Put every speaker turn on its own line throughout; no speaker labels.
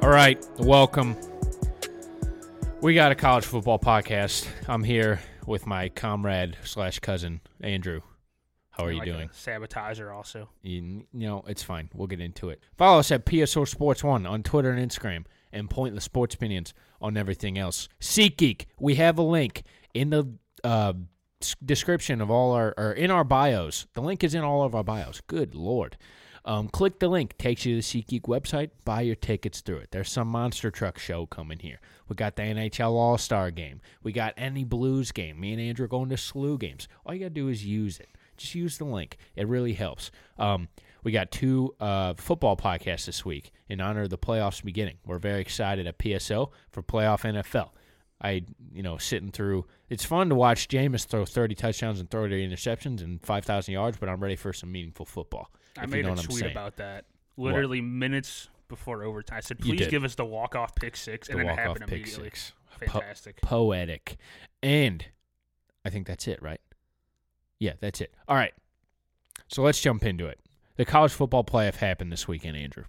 All right, welcome. We got a college football podcast. I'm here with my comrade slash cousin Andrew. How are you
like a
doing?
sabotager also.
You, you know, it's fine. We'll get into it. Follow us at PSO Sports One on Twitter and Instagram, and pointless sports opinions on everything else. SeatGeek, we have a link in the uh, s- description of all our or in our bios. The link is in all of our bios. Good lord. Um, click the link, takes you to the SeatGeek website. Buy your tickets through it. There's some monster truck show coming here. We got the NHL All Star game. We got any Blues game. Me and Andrew are going to SLU games. All you gotta do is use it just use the link. It really helps. Um, we got two uh, football podcasts this week in honor of the playoffs beginning. We're very excited at PSO for playoff NFL. I, you know, sitting through. It's fun to watch Jameis throw 30 touchdowns and 30 interceptions and 5,000 yards, but I'm ready for some meaningful football.
I
if
made
you know
a
what I'm
tweet
saying.
about that literally minutes before overtime. I said,
You
please
did.
give us the walk off pick six,
the
and then it
walk-off
happened
pick
immediately.
six. Po-
Fantastic.
poetic. And I think that's it, right? Yeah, that's it. All right. So let's jump into it. The college football playoff happened this weekend, Andrew.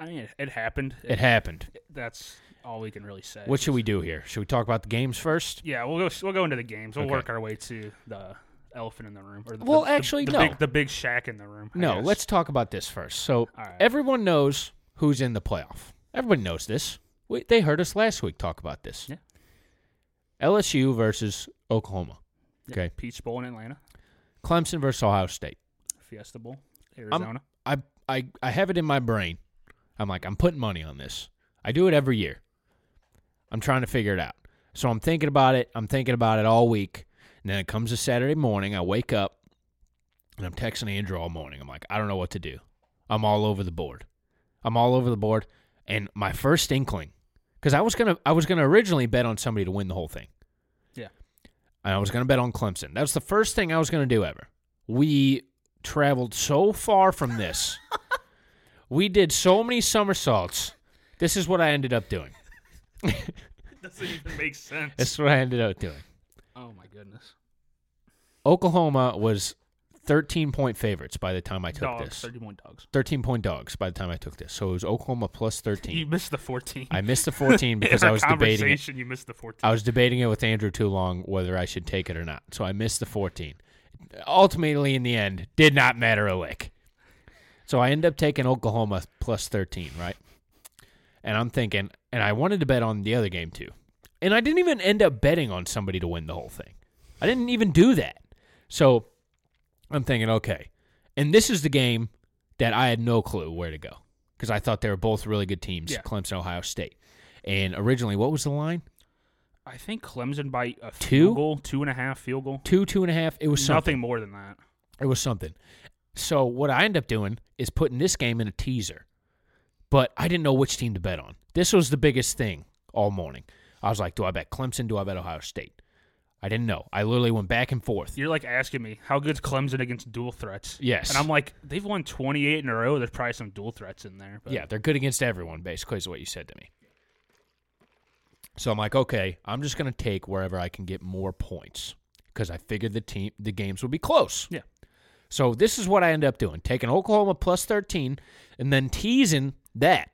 I mean, it, it happened.
It happened.
That's all we can really say.
What should we do here? Should we talk about the games first?
Yeah, we'll go. We'll go into the games. We'll
Okay.
work our way to the elephant in the room, or the,
Well,
the-
actually,
the,
no.
big, the big shack in the room. I
No,
guess.
let's talk about this first. So
All right.
everyone knows who's in the playoff. Everyone knows this. We, they heard us last week talk about this.
Yeah.
LSU versus Oklahoma.
Yeah,
Okay.
Peach Bowl in Atlanta,
Clemson versus Ohio State.
Fiesta Bowl,
I'm-
Arizona.
I I I have it in my brain. I'm like I'm putting money on this. I do it every year. I'm trying to figure it out. So I'm thinking about it. I'm thinking about it all week. And then it comes to Saturday morning. I wake up and I'm texting Andrew all morning. I'm like, I don't know what to do. I'm all over the board. I'm all over the board. And my first inkling, because I was gonna I was gonna originally bet on somebody to win the whole thing.
Yeah.
And I was gonna bet on Clemson. That was the first thing I was gonna do ever. We traveled so far from this. we did so many somersaults. This is what I ended up doing.
It doesn't even make sense.
This is what I ended up doing.
oh my goodness.
Oklahoma was 13 point favorites by the time I took
Dogs,
this.
thirty-one dogs.
13 point dogs by the time I took this. So it was Oklahoma plus
You
13.
missed the fourteen.
I missed the 14 because
in
I
our
was debating it. Uh,
conversation, You missed the fourteen.
I was debating it with Andrew too long whether I should take it or not. So I missed the 14. Ultimately, in the end, did not matter a lick. So I end up taking Oklahoma plus 13, right? And I'm thinking, and I wanted to bet on the other game too. And I didn't even end up betting on somebody to win the whole thing. I didn't even do that. So I'm thinking, okay. And this is the game that I had no clue where to go because I thought they were both really good teams,
Yeah.
Clemson, Ohio State. And originally, what was the line?
I think Clemson by a
Two?
field goal, two and a half field goal.
two, two and a half. It was something.
nothing more than that.
It was something. So what I end up doing is putting this game in a teaser, but I didn't know which team to bet on. This was the biggest thing all morning. I was like, do I bet Clemson? Do I bet Ohio State? I didn't know. I literally went back and forth.
You're like asking me how good's Clemson against dual threats?
Yes.
and I'm like, they've won 28 in a row. There's probably some dual threats in there. But
Yeah, they're good against everyone, basically, is what you said to me. So I'm like, okay, I'm just gonna take wherever I can get more points because I figured the team, the games would be close.
Yeah.
So this is what I end up doing: taking Oklahoma plus 13, and then teasing that.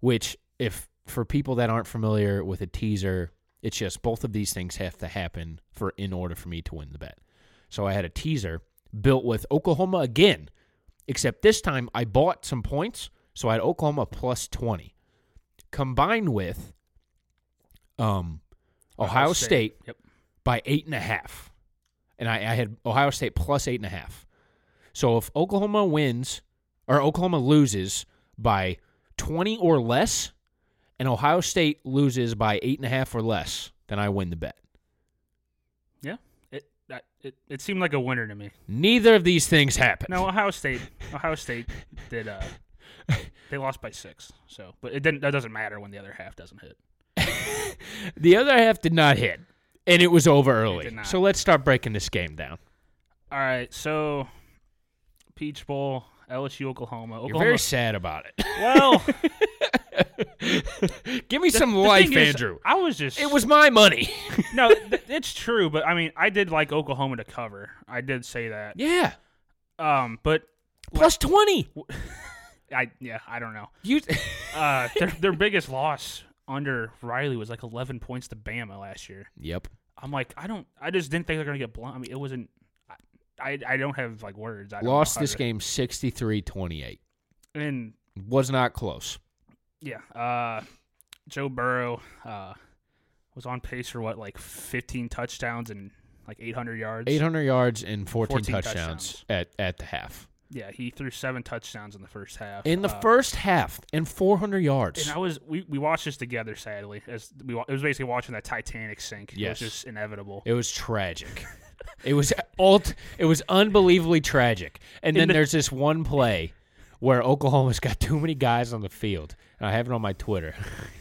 Which, if for people that aren't familiar with a teaser, it's just both of these things have to happen for in order for me to win the bet. So I had a teaser built with Oklahoma again, except this time I bought some points, so I had Oklahoma plus 20, combined with um, Ohio, State
Yep.
by eight and a half. And I, I had Ohio State plus eight and a half. So if Oklahoma wins or Oklahoma loses by 20 or less, and Ohio State loses by eight and a half or less, then I win the bet.
Yeah. It, that, it it seemed like a winner to me.
Neither of these things happen.
No, Ohio State. Ohio State did. Uh, they lost by six. So, but it didn't. That doesn't matter when the other half doesn't hit.
The other half did not hit, and it was over
did
early.
not.
So let's start breaking this game down.
All right. So, Peach Bowl, LSU, Oklahoma. Oklahoma.
You're very sad about it.
well.
Give me
the-
some
the
life,
thing is,
Andrew.
I was just.
it was my money.
no. Th- it's true, but I mean, I did like Oklahoma to cover. I did say that.
yeah,
Um, but
plus 20.
I yeah, I don't know.
You.
Uh, their, their biggest loss under Riley was like 11 points to Bama last year.
yep.
I'm like, I don't. I just didn't think they're gonna get blown. I mean, it wasn't. I I don't have like words. I don't know
lost
how
this
to-
game 63-28
and
was not close
yeah. Uh, Joe Burrow uh was on pace for what like 15 touchdowns and like 800 yards.
800 yards and 14,
14
touchdowns,
touchdowns.
At, at the half
Yeah, he threw seven touchdowns in the first half.
in the
Uh,
first half and 400 yards
And I was we, we watched this together. Sadly, as we wa- it was basically watching that Titanic sink.
Yes.
it was just inevitable.
it was tragic it was alt it was unbelievably tragic and
In
then
the-
there's this one play where Oklahoma's got too many guys on the field and I have it on my Twitter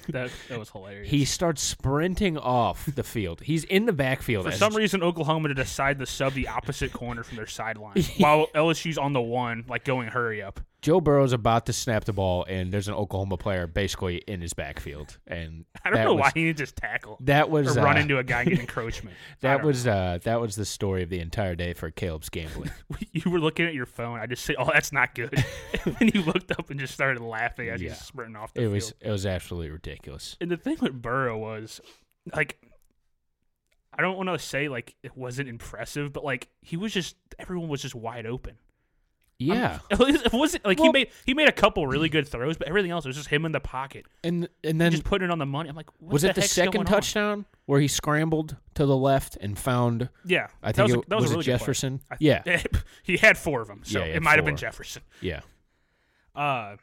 that, that was hilarious.
he starts sprinting off the field he's in the backfield
For
as-
some reason, Oklahoma to decide to sub the opposite corner from their sideline, while LSU's on the one, like going hurry up.
Joe Burrow's about to snap the ball and there's an Oklahoma player basically in his backfield and
I don't
that
know
was-
why he didn't just tackle
That was
or run
uh,
into a guy and get encroachment. I
That
don't
was uh, that was the story of the entire day for Caleb's gambling.
know. you were looking at your phone. I just said, "Oh, that's not good," and then you looked up and just started laughing as
Yeah.
he's sprinting off the
it
field.
was it was absolutely ridiculous.
And the thing with Burrow was like I don't want to say like it wasn't impressive, but like he was just everyone was just wide open. I'm-
Yeah,
it wasn't like he
Well-
made he made a couple really good throws, but everything else was just him in the pocket,
and and
and
then
just putting it on the money. I'm like, what
was it the
heck's going
second
on?
touchdown where he scrambled to the left and found?
Yeah,
I
that
think
was, a-
it-
that was,
was
a
it
really good play.
Jefferson?
I-
Yeah.
he had four of them, so
Yeah, he had
it might have been
four.
Jefferson.
Yeah,
Uh,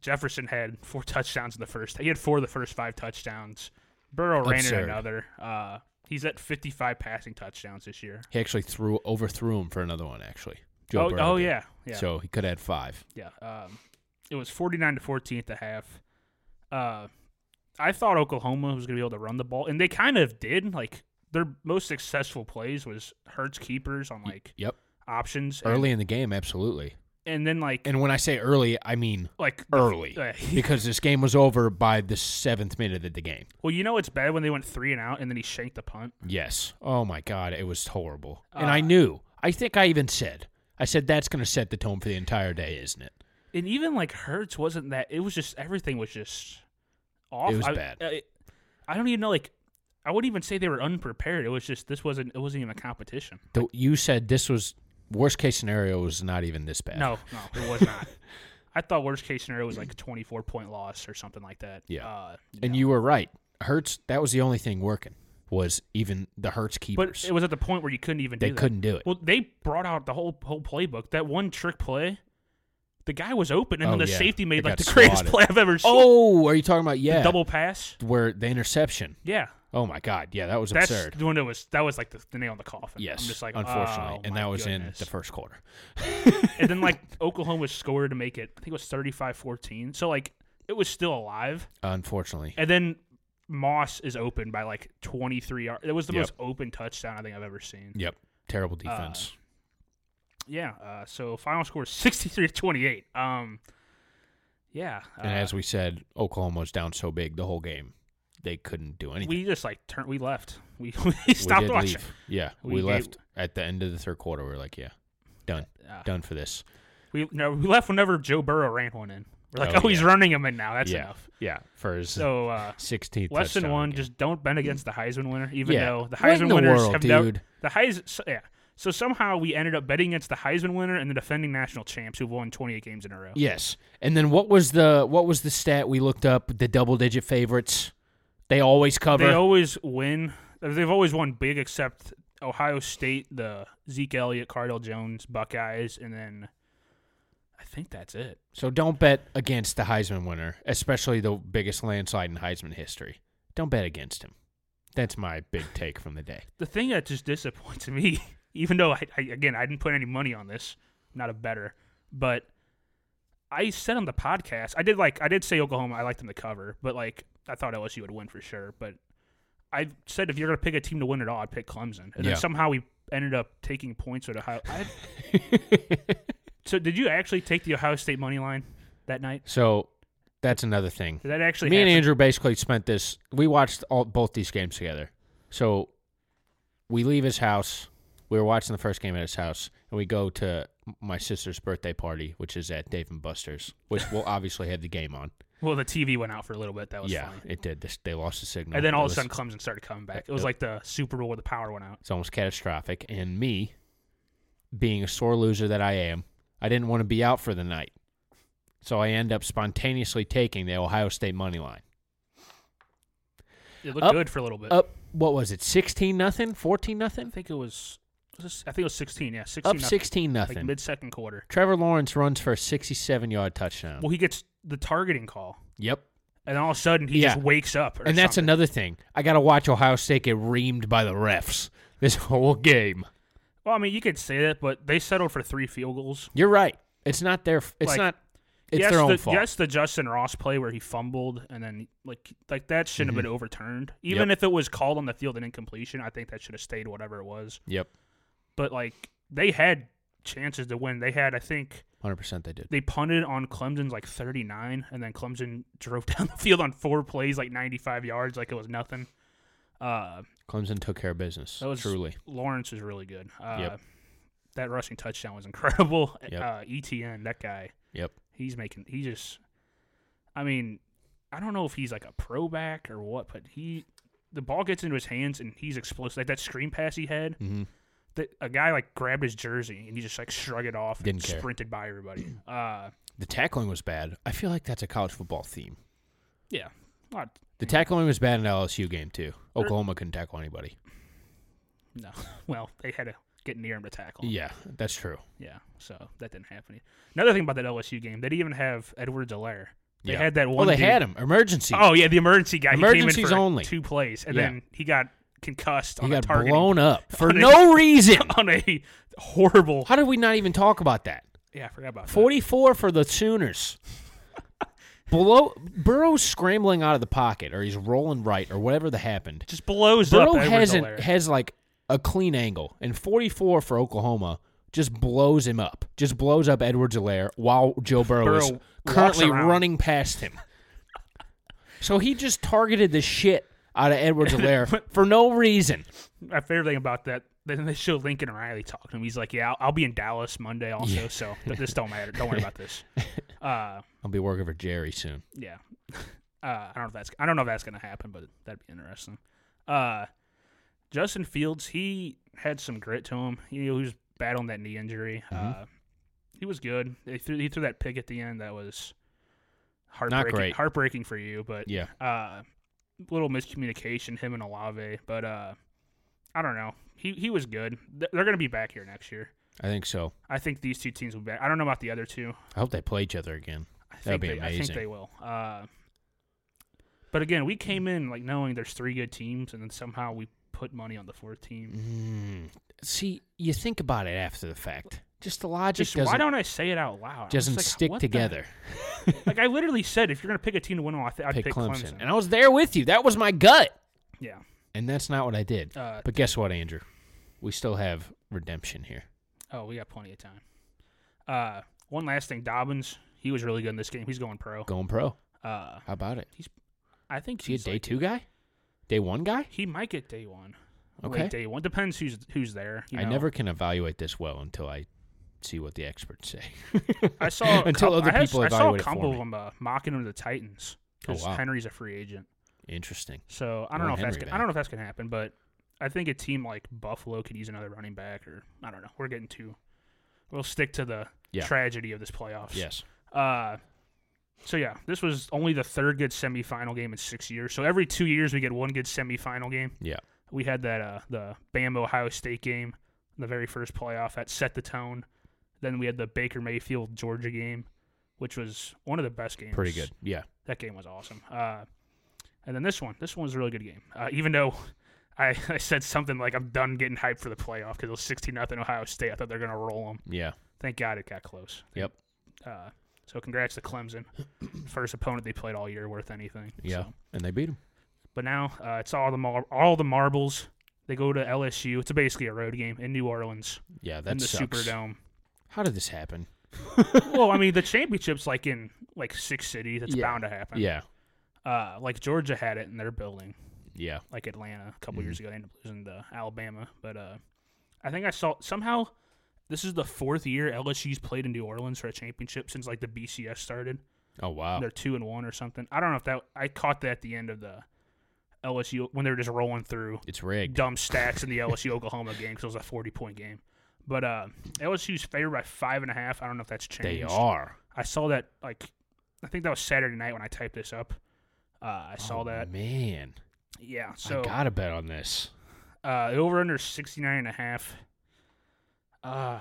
Jefferson had four touchdowns in the first. He had four of the first five touchdowns. Burrow ran in
Absurd.
another. Uh, he's at 55 passing touchdowns this year.
he actually threw overthrew him for another one. Actually,
oh,
Burrow
oh,
did.
yeah, yeah,
So he could have had five.
yeah. Um, it was 49 to 14 at the half. Uh, I thought Oklahoma was going to be able to run the ball, and they kind of did. Like their most successful plays was Hertz keepers on like
Yep,
options and-
early in the game, absolutely.
and then like
And when I say early, I mean
like the-
early
uh,
because this game was over by the seventh minute of the game.
well, you know it's bad when they went three and out, and then he shanked the punt.
Yes. Oh my God, it was horrible. and
Uh,
I knew. I think I even said. I said that's going to set the tone for the entire day, isn't it?
and even like Hertz wasn't that. It was just everything was just off.
It was
I,
bad.
I, I don't even know. Like, I wouldn't even say they were unprepared. It was just this wasn't. It wasn't even a competition.
The, you said this was worst case scenario was not even this bad.
No, no, it was not. I thought worst case scenario was like a twenty four point loss or something like that.
Yeah.
uh,
And you were right. Hertz. That was the only thing working was even the Hertz keepers.
but it was at the point where you couldn't even.
They
do that.
couldn't do it.
Well, they brought out the whole whole playbook. That one trick play. The guy was open, and
Oh,
then the
yeah.
safety made
They
like the
got
greatest
swatted.
play I've ever seen.
oh, are you talking about yeah?
The double pass.
where the interception.
Yeah,
Oh my God. Yeah, that was
That's
absurd.
when it was that was like the, the nail in the coffin.
Yes,
I'm just like
unfortunately,
oh,
and
my
that was
goodness."
in the first quarter.
and then like Oklahoma scored to make it. I think it was 35-14. So like it was still alive.
Unfortunately,
And then Moss is open by like 23 yards. It was the
Yep.
most open touchdown I think I've ever seen.
Yep. Terrible
Uh,
defense.
Yeah. Uh, so final score is 63 to 28. Um, yeah. Uh,
and as we said, Oklahoma was down so big the whole game. They couldn't do anything.
we just like turned, we left. We, we stopped
did
watching.
leave. Yeah. We,
We gave-
left at the end of the third quarter. We are like, yeah, done.
Uh,
done for this.
We no, we left whenever Joe Burrow ran one in. We're like,
Oh,
oh, he's
yeah.
running him in now. That's
yeah.
enough.
Yeah. For his
So uh,
16th.
lesson
touchdown
one:
game.
just don't bend against the Heisman winner, even
Yeah.
though the
What in
Heisman
the
winners
world,
have never
dude?
the Heisman. So, yeah. So somehow we ended up betting against the Heisman winner and the defending national champs who've won 28 games in a row.
Yes. And then what was the what was the stat we looked up? The double digit favorites. They always cover.
They always win. They've always won big, except Ohio State, the Zeke Elliott, Cardell Jones, Buckeyes, and then I think that's it.
so don't bet against the Heisman winner, especially the biggest landslide in Heisman history. Don't bet against him. That's my big take from the day.
The thing that just disappoints me, even though I, I again I didn't put any money on this, not a better, but I said on the podcast I did like I did say Oklahoma I liked them to cover, but like I thought LSU would win for sure, but I said if you're gonna pick a team to win at all, I'd pick Clemson, and
Yeah.
then somehow we ended up taking points at Ohio. I, so did you actually take the Ohio State money line that night?
so that's another thing.
Did that actually?
Me and
happen?
Andrew basically spent this. We watched all both these games together. So we leave his house. We were watching the first game at his house, and we go to m- my sister's birthday party, which is at Dave and Buster's, which will obviously have the game on.
Well, the TV went out for a little bit. That was
yeah,
funny.
it did. This- They lost the signal.
And then
It
all of a
was-
sudden, Clemson started coming back. It
Yep.
was like the Super Bowl where the power went out.
it's almost catastrophic. And me, being a sore loser that I am, I didn't want to be out for the night, so I end up spontaneously taking the Ohio State money line.
It looked
Up-
good for a little bit.
Up, what was it? Sixteen nothing, fourteen
I
nothing,
think it was. was this- I think it was 16. Yeah, 16.
up
nothing.
sixteen
Like
nothing.
mid second quarter.
Trevor Lawrence runs for a sixty-seven yard touchdown.
Well, he gets the targeting call,
yep,
and all of a sudden he
Yeah.
just wakes up. Or
and that's
something.
another thing. I got to watch Ohio State get reamed by the refs this whole game.
Well, I mean, you could say that, but they settled for three field goals.
You're right. It's not their. f- It's
Like,
not. It's
yes,
their own
the,
fault.
Yes, the Justin Ross play where he fumbled, and then like like that shouldn't have been overturned. Even
Mm-hmm. Yep.
if it was called on the field an incompletion, I think that should have stayed whatever it was.
Yep,
But like they had chances to win. They had, I think,
hundred percent. They did.
they punted on Clemson's like 39, and then Clemson drove down the field on four plays, like 95 yards, like it was nothing. Uh,
Clemson took care of business.
that was
truly.
Lawrence is really good. Uh,
Yep.
That rushing touchdown was incredible.
Yep.
Uh, ETN, that guy,
Yep.
he's making, he just, I mean, I don't know if he's like a pro back or what, but he, the ball gets into his hands and he's explosive. Like that screen pass he had,
Mm-hmm.
that a guy like grabbed his jersey and he just like shrugged it off
Didn't
and
care.
sprinted by everybody. Uh,
The tackling was bad. I feel like that's a college football theme.
yeah. A lot,
The tackling was bad in the LSU game too.
Er
Oklahoma couldn't tackle anybody.
No. Well, they had to get near him to tackle. him.
Yeah, that's true.
Yeah. So that didn't happen. e- Another thing about that LSU game, they didn't even have Edwards Alaire. They
Yeah.
had that
Oh,
one.
they
dude-
had him. Emergency.
Oh yeah, the emergency guy. he came
Emergencies
in for
only.
two plays, and
Yeah.
then he got concussed.
he
on
got
a targeting,
blown up for
on a-
no reason.
on a horrible.
How did we not even talk about that?
Yeah, I forgot about that.
Forty-four for the Sooners. Below Burrow's scrambling out of the pocket, or he's rolling right, or whatever that happened.
Just blows
Burrow
up. Edwards
hasn't
Alaire.
has like a clean angle, and 44 for Oklahoma just blows him up, just blows up Edwards Alaire while Joe Burrow, is
Burrow walks
currently
around.
running past him. so he just targeted the shit out of Edwards Alaire for no reason.
My favorite thing about that. Then they show Lincoln Riley talking to him. He's like, "Yeah, I'll, I'll be in Dallas Monday also, so th- this don't matter. Don't worry about this." Uh,
I'll be working for Jerry soon.
yeah. Uh, I don't know if that's I don't know if that's gonna happen, but that'd be interesting. Uh, Justin Fields, he had some grit to him. He, he was battling that knee injury.
Mm-hmm.
Uh, he was good. He threw, he threw that pick at the end that was heartbreaking,
great.
heartbreaking for you, but
Yeah.
uh, little miscommunication him and Olave, but uh, I don't know. He he was good. They're they're gonna be back here next year.
I think so.
I think these two teams will be back. I don't know about the other two.
I hope they play each other again.
I
That'd
think
be
they, I think
amazing.
they will. Uh, but again, we came in like knowing there's three good teams, and then
Mm-hmm.
somehow we put money on the fourth team.
See, you think about it after the fact. Just the logic
Just
doesn't
why don't I say it out loud? I'm just
doesn't
like,
stick
what the-
together.
like I literally said, if you're gonna pick a team to win all, I th- I'd
Pick
pick,
Clemson.
Clemson.
and I was there with you. That was my gut,
yeah,
and that's not what I did.
Uh,
but guess what, Andrew? We still have redemption here.
Oh, we got plenty of time. Uh, one last thing, Dobbins. He was really good in this game. He's going pro.
Going pro.
Uh,
How about it?
I think
Is he a
he's
day
like-
two guy? Day one guy?
He might get day one.
Okay.
Late day one depends who's who's there. you
I
know.
never can evaluate this well until I see what the experts say.
I saw a
until
couple-
other
I had-
people
I saw a
evaluate it
couple
for
of
me. Oh,
them uh, mocking him to the Titans because
wow.
Henry's a free agent.
Interesting.
So I don't know
Want
if that's
Henry
gonna,
back.
I don't know if that's gonna happen, but I think a team like Buffalo could use another running back, or I don't know. We're getting too. We'll stick to the
Yeah.
tragedy of this playoffs.
Yes.
Uh, so yeah, this was only the third good semifinal game in six years. So every two years we get one good semifinal game.
Yeah.
We had that uh, the Bam Ohio State game, the very first playoff that set the tone. Then we had the Baker Mayfield Georgia game, which was one of the best games.
Pretty good. Yeah.
That game was awesome. Uh, and then this one, this one was a really good game. Uh, even though I, I said something like I'm done getting hyped for the playoff because it was 16 nothing Ohio State. I thought they're gonna roll them.
Yeah.
Thank God it got close.
Yep.
Uh, so congrats to Clemson, first opponent they played all year worth anything.
Yeah.
So-
And they beat him.
But now uh, it's all the mar- all the marbles. They go to LSU. It's basically a road game in New Orleans
Yeah. That's
in the Superdome.
How did this happen?
well, I mean the championship's like in like six cities. It's
Yeah.
bound to happen.
Yeah.
Uh, like Georgia had it in their building,
Yeah.
like Atlanta a
Mm-hmm.
couple years ago. They ended up losing to Alabama, but uh, I think I saw somehow. This is the fourth year LSU's played in New Orleans for a championship since like the BCS started.
Oh wow.
They're two and one or something. I don't know if that I caught that at the end of the LSU when they were just rolling through
It's rigged.
dumb stats in the LSU Oklahoma game because it was a forty point game. But uh, LSU's favored by five and a half. I don't know if that's
They
changed.
are.
I saw that like I think that was Saturday night when I typed this up. Uh, I saw
Oh,
that.
Man,
Yeah. So
I gotta bet on this.
uh, over under 69 and a half. Uh,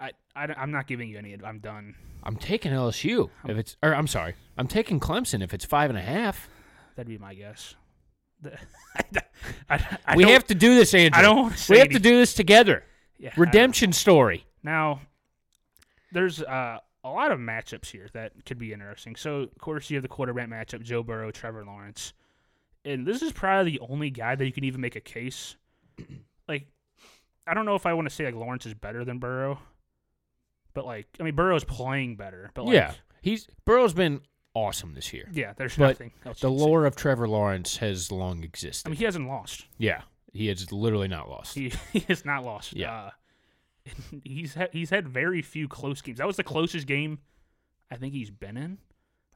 I, I I'm not giving you any. adv- I'm done.
I'm taking LSU if it's, or I'm sorry, I'm taking Clemson if it's five and a half.
That'd be my guess. The- I, I
we
don't-
have to do this, Andrew.
I don't wanna
We
say
have to do this together.
yeah, I-
Redemption story.
Now, there's uh, a lot of matchups here that could be interesting. So, of course, you have the quarterback matchup: Joe Burrow, Trevor Lawrence, and this is probably the only guy that you can even make a case. Like, I don't know if I want to say like Lawrence is better than Burrow, but like, I mean, Burrow's playing better. But like,
yeah, he's Burrow's been awesome this year,
yeah, there's
but
nothing else.
the
you can say.
lore of Trevor Lawrence has long
I
existed.
mean, he hasn't lost.
yeah, he has literally not lost.
He he has not lost.
Yeah.
Uh, he's ha- he's had very few close games. That was the closest game I think he's been in.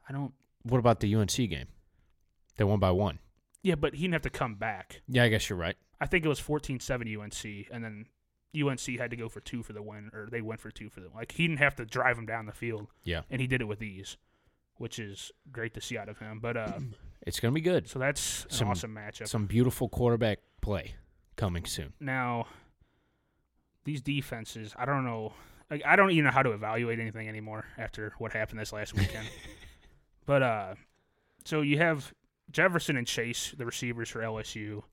I don't
what about the UNC game? They won by one.
Yeah, but he didn't have to come back.
Yeah, I guess you're right.
I think it was 14-7 UNC, and then UNC had to go for two for the win, or they went for two for the Like, he didn't have to drive him down the field,
Yeah,
and he did it with ease, which is great to see out of him. But uh,
it's gonna be good.
So that's an
Some-
awesome matchup.
Some beautiful quarterback play coming soon.
now, these defenses, I don't know. Like, I don't even know how to evaluate anything anymore after what happened this last weekend. but uh, so you have Jefferson and Chase, the receivers for LSU.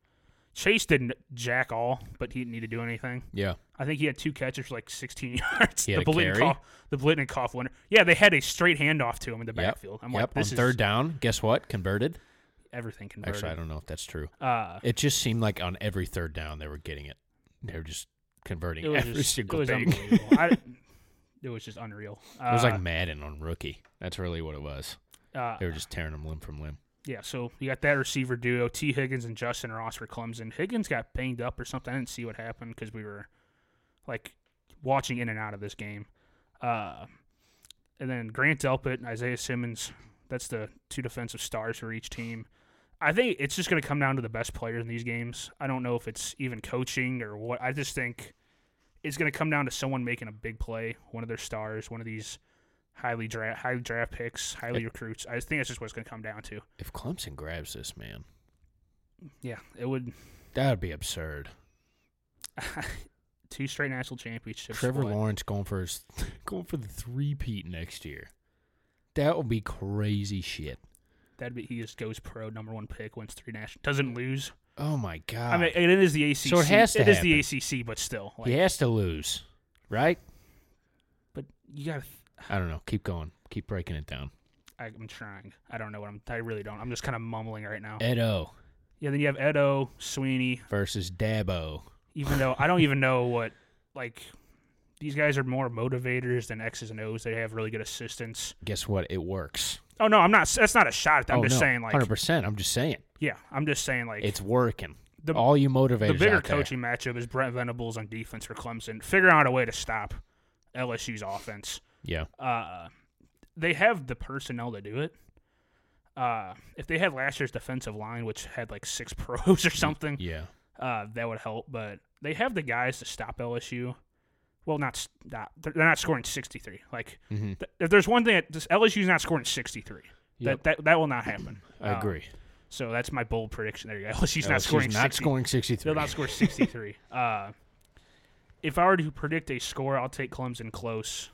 Chase didn't jack all, but he didn't need to do anything.
Yeah,
I think he had two catches for like 16 yards.
He had
the
a carry?
Blitnikoff, the Blitnikoff winner. Yeah, they had a straight handoff to him in the
Yep.
backfield. I'm
yep.
like, this
on
is
third down, guess what? Converted.
everything converted.
Actually, I don't know if that's true.
Uh,
It just seemed like on every third down they were getting it. They were just converting
it was
every
just, it
single
was
thing.
unbelievable. I, it was just unreal. Uh,
it was like Madden on rookie. That's really what it was.
uh,
They were just tearing them limb from limb.
yeah. So you got that receiver duo, T. Higgins and Justin Ross for Clemson. Higgins got banged up or something. I didn't see what happened because we were like watching in and out of this game. Uh, and then Grant Delpit and Isaiah Simmons. That's the two defensive stars for each team. I think it's just going to come down to the best players in these games. I don't know if it's even coaching or what. I just think it's going to come down to someone making a big play, one of their stars, one of these highly draft, highly draft picks, highly recruits. I just think that's just what it's going to come down to.
If Clemson grabs this, man,
Yeah, it would
that would be absurd.
two straight national championships.
Trevor
what?
Lawrence going for his going for the three peat next year. That would be crazy shit.
That'd be he just goes pro, number one pick, wins three national, doesn't lose.
Oh my god!
I mean, it is the ACC.
So it has to
It is
happen.
the ACC, but still, like,
he has to lose, right?
But you got.
I don't know. Keep going. Keep breaking it down.
I'm trying. I don't know what I'm. I really don't. I'm just kind of mumbling right
Oh.
now.
Edo
Yeah. Then you have Edo Sweeney.
versus Dabo.
Even though I don't even know what like these guys are more motivators than X's and O's. They have really good assistants.
Guess what? It works.
Oh no, I'm not. That's not a shot. at them. I'm
Oh,
just
no,
saying like.
100%. I'm just saying.
Yeah, I'm just saying like.
It's working.
The-
All you motivators
the bigger
out there.
coaching matchup is Brent Venables on defense for Clemson. Figuring out a way to stop LSU's offense.
Yeah.
Uh, they have the personnel to do it. Uh, if they had last year's defensive line, which had like six pros or something,
Yeah.
uh, that would help. But they have the guys to stop LSU. Well, not stop. They're they're not scoring 63. Like,
Mm-hmm.
th- if there's one thing, that just, LSU's not scoring 63.
Yep.
That, that that will not happen.
I
Uh,
agree.
so that's my bold prediction. There you go. LSU's
No,
not
she's
scoring.
not
60.
scoring 63.
They'll not score 63. uh, if I were to predict a score, I'll take Clemson close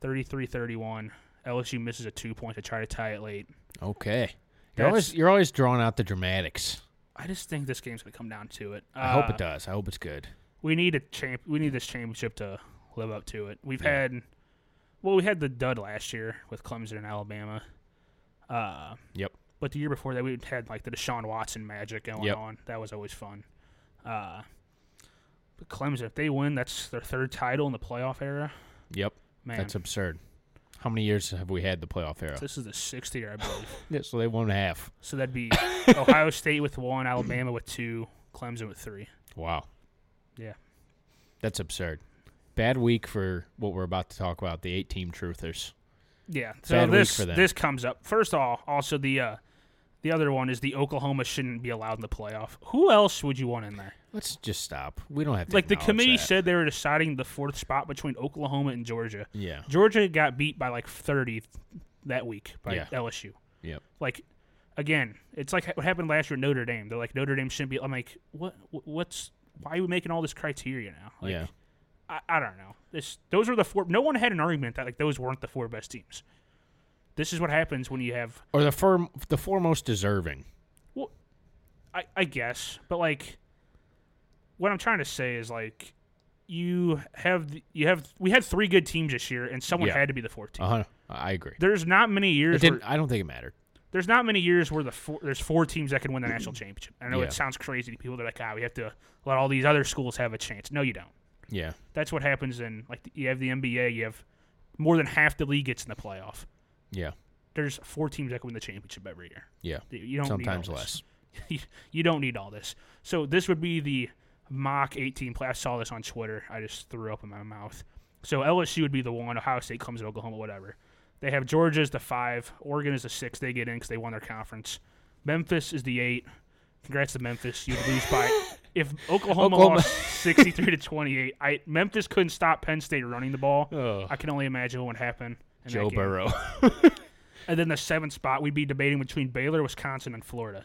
33 31. LSU misses a two point to try to tie it late.
Okay. You're always,
That's-
you're always drawing out the dramatics.
I just think this game's going to come down to it.
I hope
Uh,
it does. I hope it's good.
We need a champ. We need this championship to live up to it. We've had, well, we had the dud last year with Clemson and Alabama, uh,
Yep.
but the year before that we had like the Deshaun Watson magic going
Yep.
on. That was always fun. Uh, but Clemson, if they win, that's their third title in the playoff era.
Yep.
Man,
That's absurd. How many years have we had the playoff era?
this is the sixth year, I believe.
Yeah, so they won half.
so that'd be Ohio State with one, Alabama with two, Clemson with three.
Wow.
Yeah.
That's absurd. Bad week for what we're about to talk about, the eight team truthers.
Yeah. So
Bad week
this
for them.
this comes up. First of all, also the uh, the other one is the Oklahoma shouldn't be allowed in the playoff. Who else would you want in there?
Let's just stop. We don't have to
Like the
acknowledge
committee
that.
said they were deciding the fourth spot between Oklahoma and Georgia.
Yeah.
Georgia got beat by like 30 that week by
Yeah.
LSU.
Yep.
Like again, it's like what happened last year at Notre Dame. They're like Notre Dame shouldn't be I'm like what what's why are we making all this criteria now? Like
yeah.
I, I don't know. This those were the four. No one had an argument that like those weren't the four best teams. This is what happens when you have.
Or the firm the four most deserving.
Well, I I guess, but like, what I'm trying to say is like, you have th- you have we had three good teams this year, and someone
Yeah.
had to be the fourth team.
Uh-huh. I agree.
There's not many
It
years. Where,
didn't, I don't think it mattered.
there's not many years where the four, there's four teams that can win the national championship. I know
Yeah.
it sounds crazy to people. They're like, ah, we have to let all these other schools have a chance. No, you don't.
Yeah.
That's what happens in like the- you have the NBA. You have more than half the league gets in the playoff.
Yeah.
There's four teams that can win the championship every year.
Yeah.
You- You don't
Sometimes
need all
less.
This. you don't need all this. So this would be the mock 18 play. I saw this on Twitter. I just threw up in my mouth. So LSU would be the one. Ohio State comes in Oklahoma, whatever. They have Georgia as the five. Oregon is the six. They get in because they won their conference. Memphis is the eight. Congrats to Memphis. You lose by if Oklahoma,
Oklahoma-
lost 63 to 28. I Memphis couldn't stop Penn State running the ball. I can only imagine what would happen. in that
Joe
game.
Burrow.
And then the seventh spot, we'd be debating between Baylor, Wisconsin, and Florida.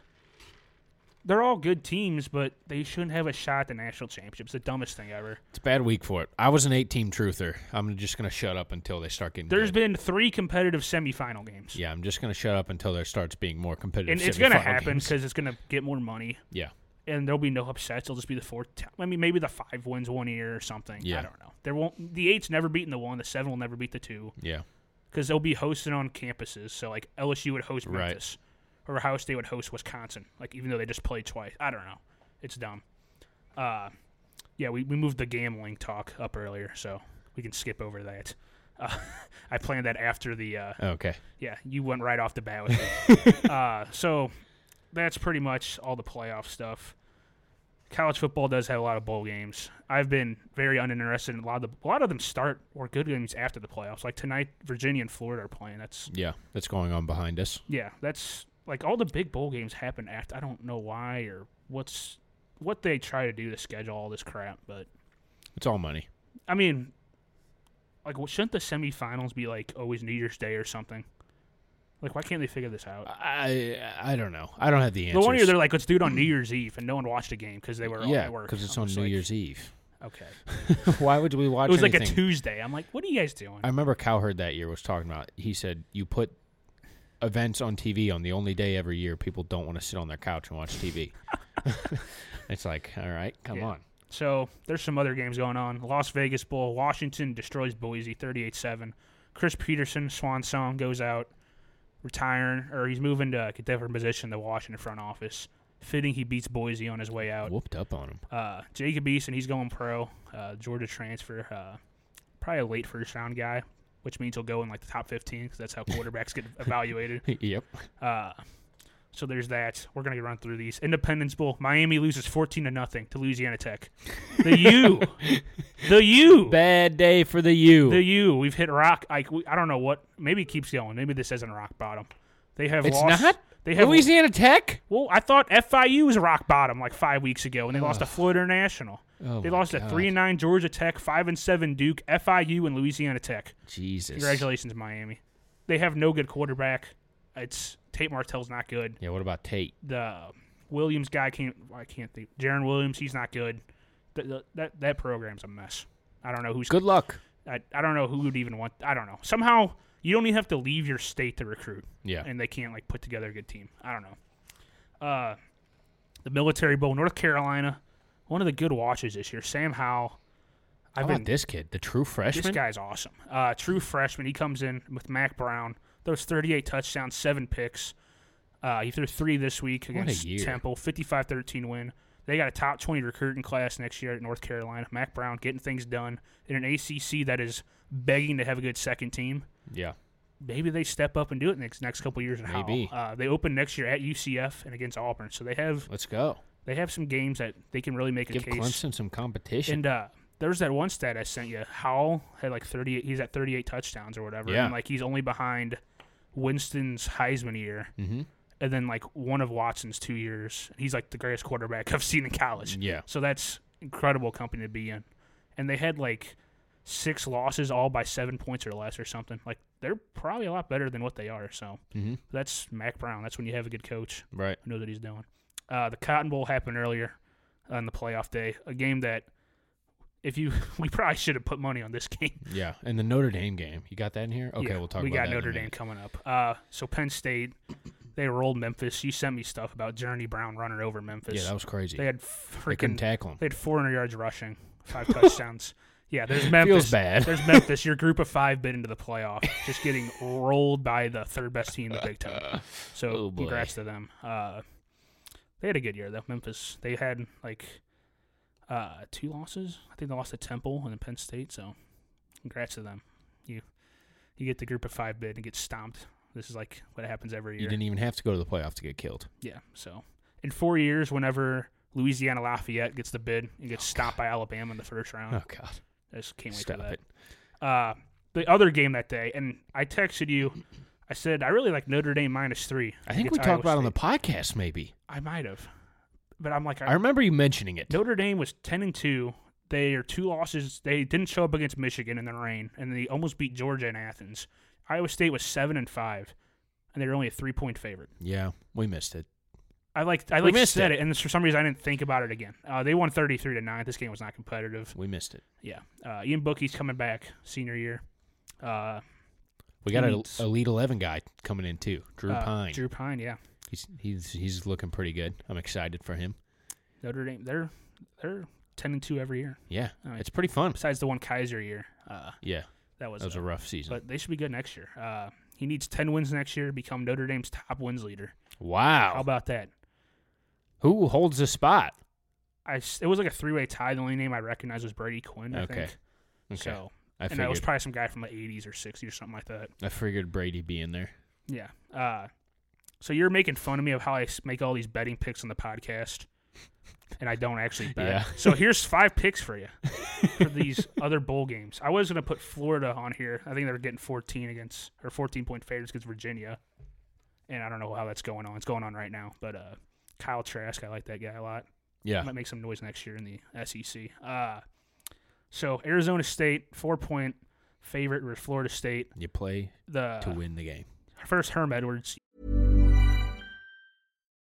They're all good teams, but they shouldn't have a shot at the national championships. The dumbest thing ever.
it's a bad week for it. I was an eight team truther. I'm just gonna shut up until they start getting
There's
good.
been three competitive semifinal games.
Yeah, I'm just gonna shut up until there starts being more competitive.
and it's going to
semifinal
happen
games.
because it's going to get more money,
Yeah.
and there'll be no upsets. It'll just be the four. T- I mean, maybe the five wins one year or something.
Yeah.
I don't know. There won't. The eight's never beaten the one. The seven will never beat the two
Yeah.
because they'll be hosted on campuses. So like LSU would host
Right.
Memphis, or Ohio State would host Wisconsin. Like even though they just played twice, I don't know. It's dumb. Uh, yeah, we, we moved the gambling talk up earlier, so we can skip over that. Uh, I planned that after the uh,
Okay.
yeah, you went right off the bat with it. uh, so that's pretty much all the playoff stuff. College football does have a lot of bowl games. I've been very uninterested in a lot of the, a lot of them start or good games after the playoffs. Like tonight, Virginia and Florida are playing. That's
Yeah. That's going on behind us.
yeah, that's like all the big bowl games happen after. I don't know why or what's what they try to do to schedule all this crap, but
It's all money.
I mean, like what- shouldn't the semifinals be like always New Year's Day or something? Like why can't they figure this out?
I I don't know. I don't have the answer.
The one year they're like, let's do it on New Year's Eve, and no one watched a game because they were all
yeah,
at work.
because it's
I'm
on
just
New
like,
Year's Eve.
Okay,
Why would we
it
watch?
was like a
anything?
Tuesday. I'm like, what are you guys doing?
I remember Cowherd that year was talking about. He said you put events on TV on the only day every year people don't want to sit on their couch and watch TV. it's like, all right, come
Yeah.
on.
So there's some other games going on. Las Vegas Bowl, Washington destroys Boise 38-7. Chris Peterson, swan song, goes out, retiring, or he's moving to a different position, the Washington front office. Fitting, he beats Boise on his way out.
Whooped up on him.
Uh, Jacob Eason, he's going pro. Uh, Georgia transfer, uh, probably a late first round guy, which means he'll go in like the top 15 because that's how quarterbacks get evaluated.
yep.
Uh, so there's that. We're gonna run through these. Independence Bowl. Miami loses fourteen to nothing to Louisiana Tech. The U. the U.
Bad day for the U.
The U. We've hit rock. I, we- I don't know what. Maybe it keeps going. Maybe this isn't rock bottom. They have
it's
lost.
not.
They have
Louisiana Tech.
Well, I thought FIU was rock bottom like five weeks ago, and they lost to Florida International.
Oh
they
my
lost to
God.
three and nine Georgia Tech, five and seven Duke, FIU, and Louisiana Tech.
Jesus.
Congratulations, Miami. They have no good quarterback. It's Tate Martell's not good
Yeah. What about Tate?
the Williams guy can't. I can't think. Jaron Williams, he's not good. Th th that that program's a mess. I don't know who's
Good luck.
I, I don't know who would even want. I don't know. Somehow you don't even have to leave your state to recruit.
Yeah.
and they can't like put together a good team. I don't know. Uh, the Military Bowl, North Carolina, one of the good watches this year. Sam Howell.
How
I've
about
been
this kid, the true freshman?
this guy's awesome. Uh, true freshman. He comes in with Mac Brown. Throws 38 touchdowns, seven picks. Uh, he threw three this week
What a
against
year.
Temple. 55-13 win. They got a top 20 recruiting class next year at North Carolina. Mac Brown getting things done in an ACC that is begging to have a good second team.
Yeah.
Maybe they step up and do it next next couple years. in Howell.
Maybe.
uh, they open next year at UCF and against Auburn, so they have
Let's go.
they have some games that they can really make
Give
a case.
Clemson some competition.
And uh, there was that one stat I sent you. Howell had like 38. He's at 38 touchdowns or whatever.
Yeah.
And like he's only behind Winston's Heisman year,
Mhm.
and then like one of Watson's two years. He's like the greatest quarterback I've seen in college.
Yeah.
So that's incredible company to be in. And they had like six losses, all by seven points or less, or something. Like they're probably a lot better than what they are. So
Mhm.
that's Mac Brown. That's when you have a good coach
Right.
know that he's doing. Uh, the Cotton Bowl happened earlier on the playoff day, a game that if you we probably should have put money on this game.
Yeah. And the Notre Dame game. You got that in here? Okay,
Yeah,
we'll talk
We
about
got
that. in a
Notre Dame
minute.
coming up. Uh, so Penn State, they rolled Memphis. You sent me stuff about Journey Brown running over Memphis.
Yeah, that was crazy.
they had
They couldn't
freaking
tackle him.
they had 400 yards rushing, five touchdowns. Yeah, there's Memphis.
bad.
There's Memphis. Your group of five bid into the playoff, just getting rolled by the third best team in the Big Ten. So
Oh, boy.
congrats to them. Uh, they had a good year though. Memphis. They had like uh, two losses. I think they lost to Temple and then Penn State. So congrats to them. You you get the group of five bid and get stomped. This is like what happens every year.
You didn't e- even have to go to the playoff to get killed.
Yeah. So in four years, whenever Louisiana Lafayette gets the bid and gets stopped by Alabama in the first round,
Oh, God.
I just can't wait
Oh, Stop
for that.
it.
Uh, the other game that day, and I texted you. I said I really like Notre Dame minus three.
I think we
against
talked
Iowa
about it on the
State."
podcast, maybe.
I might have, but I'm like I,
I remember you mentioning it.
Notre Dame was ten and two. They are two losses. They didn't show up against Michigan in the rain, and they almost beat Georgia in Athens. Iowa State was seven and five, and they were only a three point favorite.
Yeah, we missed it.
I like I
We
like
missed
said
it.
it. and for some reason I didn't think about it again. Uh, they won thirty three to nine. This game was not competitive.
We missed it.
Yeah, uh, Ian Bookie's coming back senior year. Uh,
We got an
Elite.
Elite 11 guy coming in, too. Drew
uh,
Pine.
Drew Pine. Yeah,
He's, he's, he's looking pretty good. I'm excited for him.
Notre Dame. They're they're ten and two every year.
Yeah,
All right.
it's pretty fun.
Besides the one Kaiser year, uh,
Yeah,
that was
that was a
uh,
rough season.
But they should be good next year. Uh, he needs ten wins next year to become Notre Dame's top wins leader.
wow.
How about that?
Who holds the spot?
I s- it was like a three way tie. The only name I recognized was Brady Quinn. I
Okay.
think.
Okay.
So
I
and that was
figured.
probably some guy from the eighties or sixties or something like that.
I figured Brady be in there.
Yeah. Uh, so you're making fun of me of how I s- make all these betting picks on the podcast, and I don't actually bet.
Yeah.
So here's five picks for you for these other bowl games. I was gonna put Florida on here. I think they're getting 14 against or 14 point favorites against Virginia, and I don't know how that's going on. It's going on right now, but uh, Kyle Trask, I like that guy a lot.
Yeah.
Might make some noise next year in the SEC. Uh, so Arizona State four point favorite with Florida State.
You play
The
to win the game.
First, Herm Edwards.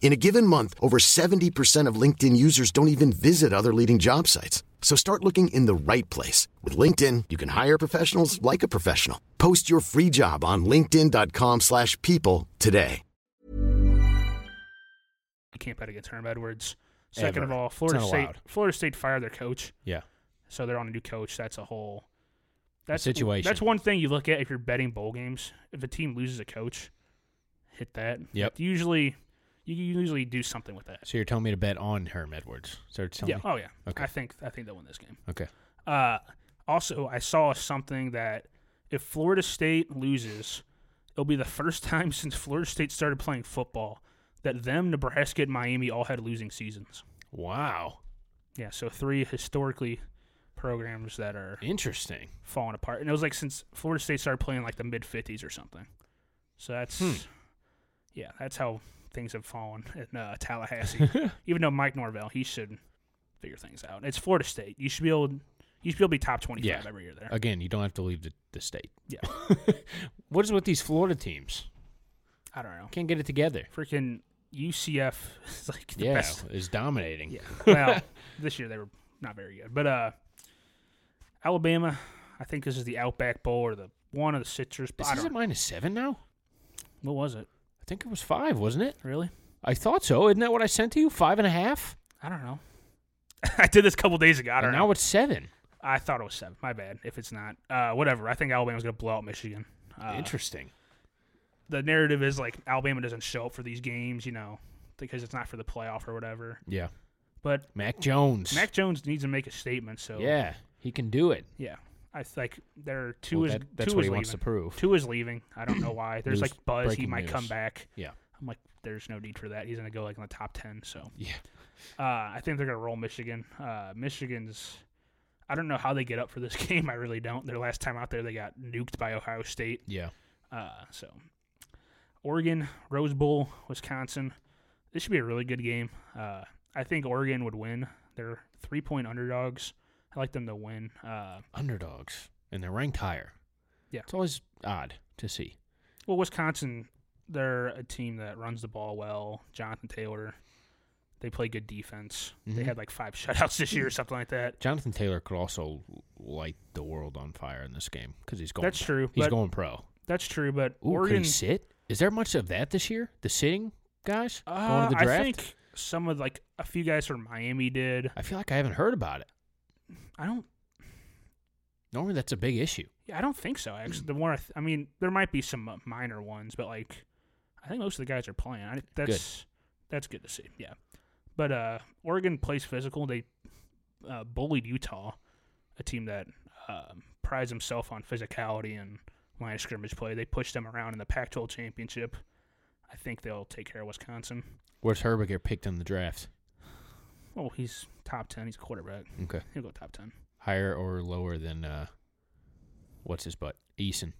In a given month, over 70% of LinkedIn users don't even visit other leading job sites. So start looking in the right place. With LinkedIn, you can hire professionals like a professional. Post your free job on linkedin.com/people slash people today.
You can't bet against Herm Edwards. Second
Ever.
of all,
It's
Florida
not
State
allowed.
Florida State fired their coach,
Yeah.
so they're on a new coach. That's a whole that's
situation.
That's one thing you look at if you're betting bowl games. If a team loses a coach, hit that.
Yep.
Usually, you you usually do something with that.
So you're telling me to bet on Herm Edwards? So tell
yeah.
me.
Oh yeah.
Okay.
I think I think they'll win this game.
Okay.
Uh, also, I saw something that if Florida State loses, it'll be the first time since Florida State started playing football that them, Nebraska, and Miami all had losing seasons.
Wow.
Yeah, so three historically programs that are
Interesting.
falling apart, and it was like since Florida State started playing like the mid fifties or something. So that's
Hmm.
yeah, that's how things have fallen in uh, Tallahassee. Even though Mike Norvell, he should figure things out. It's Florida State. You should be able. You should be able to be top twenty
Yeah.
five every year there.
Again, you don't have to leave the, the state.
Yeah.
what is with these Florida teams?
I don't know.
Can't get it together.
Freaking UCF is like the
yeah,
best.
is dominating.
Yeah. Well, this year they were not very good, but uh, Alabama, I think this is the Outback Bowl or the one of the Citrus. Bowl. I
This is
don't
it minus seven now?
What was it?
I think it was five, wasn't it?
Really?
I thought so. Isn't that what I sent to you? Five and a half?
I don't know. I did this a couple days ago. I don't
and
know.
now it's seven.
I thought it was seven. My bad. If it's not, uh, whatever. I think Alabama's gonna blow out Michigan. Uh,
Interesting.
The narrative is like Alabama doesn't show up for these games, you know, because it's not for the playoff or whatever.
Yeah.
But
Mac Jones.
Mac Jones needs to make a statement. So
Yeah, he can do it.
yeah. I th- like there two
Well,
is
that- that's
two
what
is
he
leaving.
wants to prove.
Two is leaving. I don't know why. There's
News-
like buzz he
breaking
might come
news.
back.
Yeah.
I'm like, there's no need for that. He's gonna go like in the top ten. So
Yeah.
Uh, I think they're gonna roll Michigan. Uh, Michigan's. I don't know how they get up for this game. I really don't. Their last time out there, they got nuked by Ohio State.
Yeah.
Uh, so, Oregon, Rose Bowl, Wisconsin. This should be a really good game. Uh, I think Oregon would win. They're three point underdogs. I like them to win. Uh,
Underdogs. And they're ranked higher.
Yeah.
It's always odd to see.
well, Wisconsin, they're a team that runs the ball well. Jonathan Taylor, they play good defense. They
Mhm.
had like five shutouts this year or something like that.
Jonathan Taylor could also light the world on fire in this game because he's going.
That's true,
He's
but
going pro.
That's true, but
Ooh,
Oregon.
could he sit? Is there much of that this year? The sitting guys
Uh,
going to the draft.
I think some of like a few guys from Miami did.
I feel like I haven't heard about it.
I don't
Normally, that's a big issue.
Yeah, I don't think so. Actually, the more I, th- I mean, there might be some uh, minor ones, but like, I think most of the guys are playing. I, that's that's good to see. Yeah, but uh, Oregon plays physical. They uh, bullied Utah, a team that um, prides himself on physicality and line of scrimmage play. They pushed them around in the Pac-12 championship. I think they'll take care of Wisconsin.
Where's Herbert get picked in the draft?
Oh, he's top ten. He's a quarterback.
Okay,
He'll go top ten.
higher or lower than uh, what's his butt? Eason.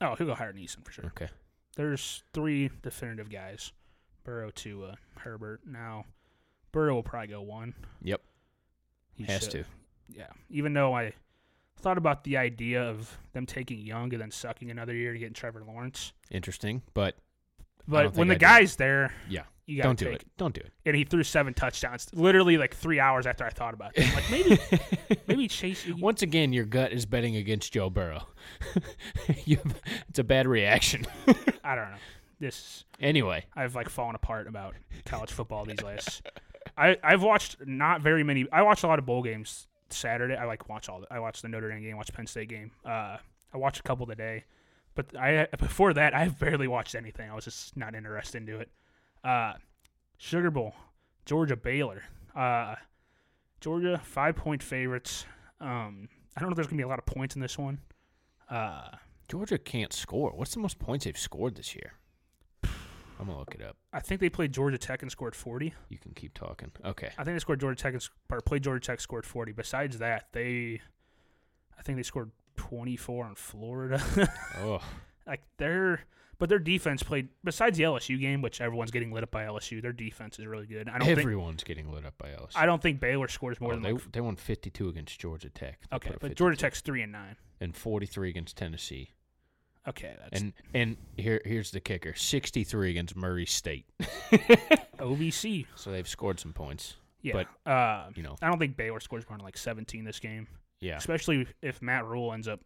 Oh, he'll go higher than Eason for sure.
Okay.
there's three definitive guys Burrow to uh, Herbert. Now, Burrow will probably go one.
Yep.
He
Has
should.
to.
Yeah. Even though I thought about the idea of them taking Young and then sucking another year to get Trevor Lawrence.
Interesting, but
But
think
when the
I do.
guy's there,
yeah,
You gotta
don't do
take
it. Don't do it.
and he threw seven touchdowns, literally like three hours after I thought about it. Like maybe, maybe Chase. you-
Once again, your gut is betting against Joe Burrow. you, it's a bad reaction.
I don't know. This
anyway,
I've like fallen apart about college football these last. I I've watched not very many. I watched a lot of bowl games Saturday. I like watch all. The, I watched the Notre Dame game, watched Penn State game. Uh, I watched a couple today. But I before that, I've barely watched anything. I was just not interested into it. Uh, Sugar Bowl, Georgia Baylor. Uh, Georgia five point favorites. Um, I don't know if there's gonna be a lot of points in this one. Uh,
Georgia can't score. What's the most points they've scored this year? I'm gonna look it up.
I think they played Georgia Tech and scored forty.
You can keep talking. Okay.
I think they scored Georgia Tech and sc- or played Georgia Tech scored forty. Besides that, they, I think they scored twenty four on Florida.
Oh,
like their but their defense played besides the LSU game, which everyone's getting lit up by LSU. Their defense is really good. I don't think
everyone's getting lit up by LSU.
I don't think Baylor scores more
Oh,
than
they,
like,
they won 52 against Georgia Tech. They
okay,
put up
but Georgia
52.
Tech's three and nine.
and 43 against Tennessee.
Okay, that's
and and here here's the kicker: 63 against Murray State.
OVC.
So they've scored some points.
Yeah,
But
but uh,
you know.
I don't think Baylor scores more than like seventeen this game,
yeah,
especially if Matt Rule ends up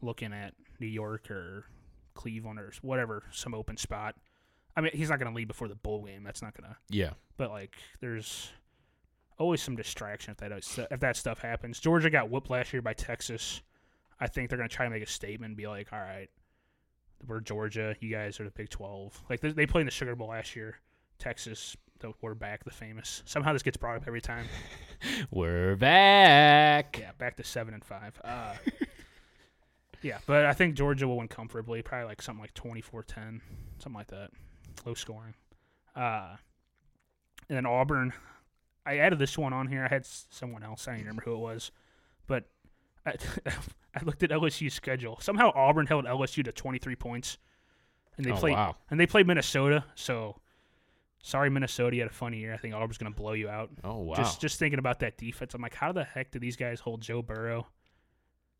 looking at New York or Cleveland or whatever some open spot. I mean, he's not going to leave before the bowl game. That's not going to
yeah.
but like there's always some distraction if that uh, if that stuff happens. Georgia got whooped last year by Texas. I think they're gonna try to make a statement and be like, "All right, we're Georgia. You guys are the Big 12." Like they, they played in the Sugar Bowl last year. Texas, the quarterback, the famous. Somehow this gets brought up every time.
We're back.
Yeah, back to seven and five. Uh, yeah, but I think Georgia will win comfortably, probably like something like 24-10, something like that, low scoring. Uh, and then Auburn, I added this one on here. I had s- someone else, I don't even remember who it was, but I, I looked at LSU's schedule. Somehow Auburn held LSU to twenty three points, and they
Oh,
played
wow.
and they played Minnesota. So sorry, Minnesota, you had a funny year. I think Auburn's going to blow you out.
Oh wow.
Just just thinking about that defense, I'm like, how the heck do these guys hold Joe Burrow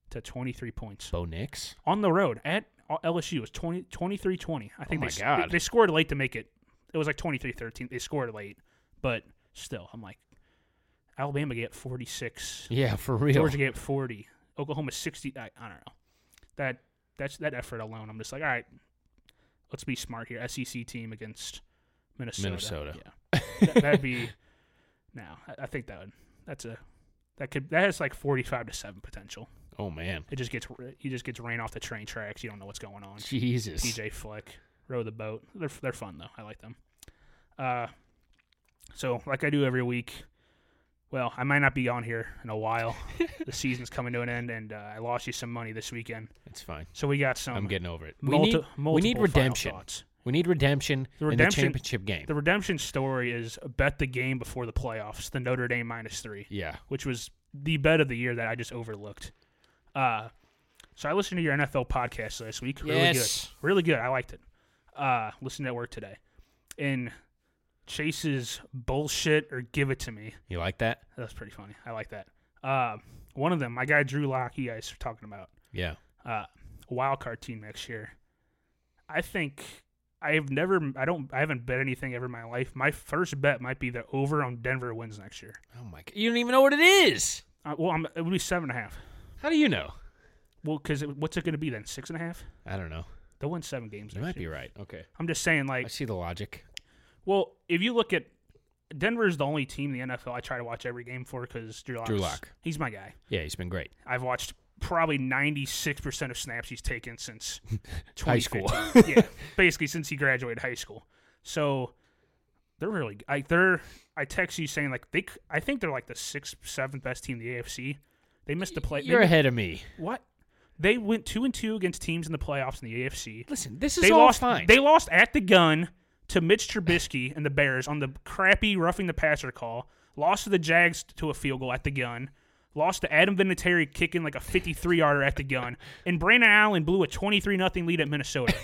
to 23 points
Bo Nix.
on the road at LSU? It was 20, 23-20. I
Oh my
think they, s-
God.
They, they scored late to make it. It was like 23-13. They scored late, but still, I'm like, Alabama get 46,
Yeah, for real.
Georgia get 40, Oklahoma 60. I, I don't know. That that's that effort alone. I'm just like, all right, let's be smart here. SEC team against Minnesota.
Minnesota.
Yeah that, that'd be now. I, I think that would that's a that could that has like forty five to seven potential.
oh man.
It just gets r- he just gets rain off the train tracks. You don't know what's going on.
Jesus.
TJ Fleck row the boat. They're they're fun though. I like them. Uh, so like I do every week. Well, I might not be on here in a while. the season's coming to an end, and uh, I lost you some money this weekend.
It's fine.
So we got some.
I'm getting over it.
Oh,
we
multi-
need we
multiple
need
final
redemption.
thoughts.
We need redemption,
The
in the
redemption-
championship game.
The redemption story is bet the game before the playoffs. The Notre Dame minus three.
yeah.
which was the bet of the year that I just overlooked. Uh, so I listened to your NFL podcast last week. Really
Yes.
good. Really good. I liked it. Uh, listened at work today. And Chase's bullshit or give it to me.
You like that?
That was pretty funny. I like that. Uh, one of them, my guy Drew Locke, you guys were talking about
Yeah.
uh, wild card team next year. I think I have never, I don't, I haven't bet anything ever in my life. My first bet might be the over on Denver wins next year.
Oh my god. You don't even know what it is.
Uh, well, I'm, it would be seven and a half.
How do you know?
Well, because what's it going to be then? Six and a half?
I don't know.
They'll win seven games.
You
next
might be
year.
right. Okay.
I'm just saying,
I
like,
see the logic.
well, if you look at Denver's the only team in the NFL I try to watch every game for because Drew Locke.
Drew Lock.
He's my guy.
Yeah, he's been great.
I've watched probably 96% of snaps he's taken since
High school.
2015. yeah, basically since he graduated high school. So they're really like they're. I text you saying like they. c- I think they're like the sixth, seventh best team in the AFC. They missed the play. they
You're
mi-
ahead of me.
What? They went two and two against teams in the playoffs in the AFC.
Listen, this is
they
all
lost.
fine.
They lost at the gun to Mitch Trubisky and the Bears on the crappy roughing the passer call. Lost to the Jags to a field goal at the gun. Lost to Adam Vinatieri kicking like a 53 yarder at the gun, and Brandon Allen blew a 23 0 lead at Minnesota.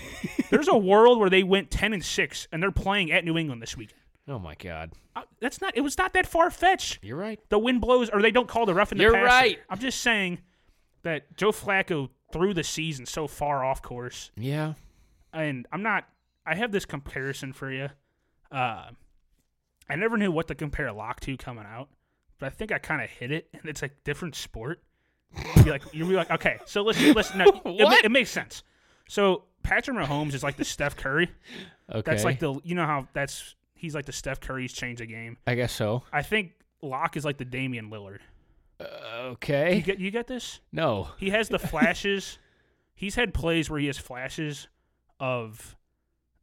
There's a world where they went 10 and six, and they're playing at New England this weekend.
oh my god.
Uh, that's not. It was not that far fetched
You're right.
the wind blows or they don't call the rough in the
You're
passer.
right.
I'm just saying that Joe Flacco threw the season so far off course,
Yeah.
and I'm not. I have this comparison for you. Uh, I never knew what to compare Lock to coming out, but I think I kind of hit it, and it's a different sport. You're like you'll be like, okay, so listen, listen. No, it, ma-
What?
it makes sense. So Patrick Mahomes is like the Steph Curry.
Okay.
That's like the you know how that's he's like the Steph Curry's changed the game.
I guess so.
I think Locke is like the Damian Lillard.
Uh,
You
okay.
get you get this?
No.
He has the flashes. he's had plays where he has flashes of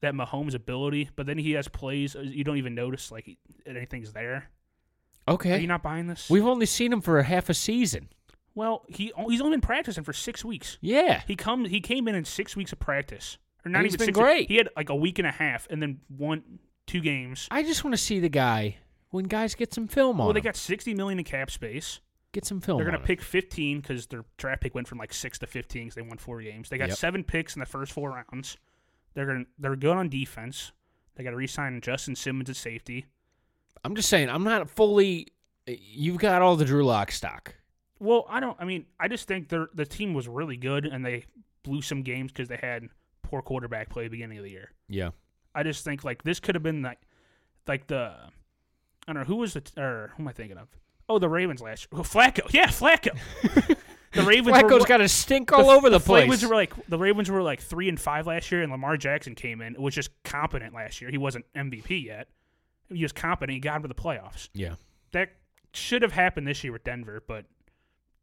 that Mahomes ability, but then he has plays uh, you don't even notice like he- anything's there.
Okay.
Are you not buying this?
We've only seen him for a half a season.
well, he o- he's only been practicing for six weeks.
Yeah.
He come he came in in six weeks of practice, or not
And he's
even
been
six
great.
He had like a week and a half, and then one two games.
I just want to see the guy when guys get some film on.
Well, they
him.
got sixty million in cap space.
get some film.
They're
on
going to
him.
pick 15 because their draft pick went from like six to 15 because they won four games. They got
Yep.
seven picks in the first four rounds. They're going. to They're good on defense. They got to re-sign Justin Simmons at safety.
I'm just saying. I'm not fully. uh, You've got all the Drew Lock stock.
Well, I don't. I mean, I just think their the team was really good and they blew some games because they had poor quarterback play at the beginning of the year.
Yeah.
I just think like this could have been like like the I don't know who was the t- or who am I thinking of? Oh, the Ravens last year. Oh, Flacco. Yeah, Flacco. the Ravens. were-
Flacco's got a stink all over the, place.
Ravens were like the Ravens were like three and five last year, and Lamar Jackson came in, was just competent last year. He wasn't MVP yet. He was competent. He got him to the playoffs.
yeah.
That should have happened this year with Denver, but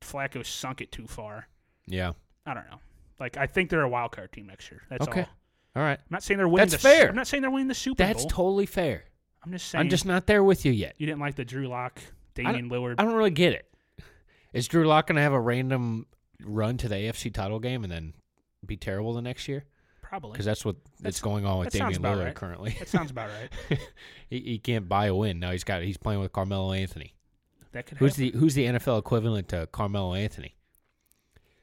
Flacco sunk it too far.
Yeah.
I don't know. Like I think they're a wild card team next year. That's
okay.
all.
All right.
I'm not saying they're winning.
That's
the, Su-
fair.
I'm not saying they're winning the Super
That's
Bowl.
totally fair.
I'm just saying.
I'm just not there with you yet.
You didn't like the Drew Lock,
I
Damian
don't-
Lillard.
I don't really get it. Is Drew Lock going to have a random run to the AFC title game and then be terrible the next year?
probably
Because that's what that's going on with
that sounds
Damian
about
Lillard
right.
currently.
That sounds about right.
he, he can't buy a win now. He's got he's playing with Carmelo Anthony.
That could.
Who's
happen.
the who's the NFL equivalent to Carmelo Anthony?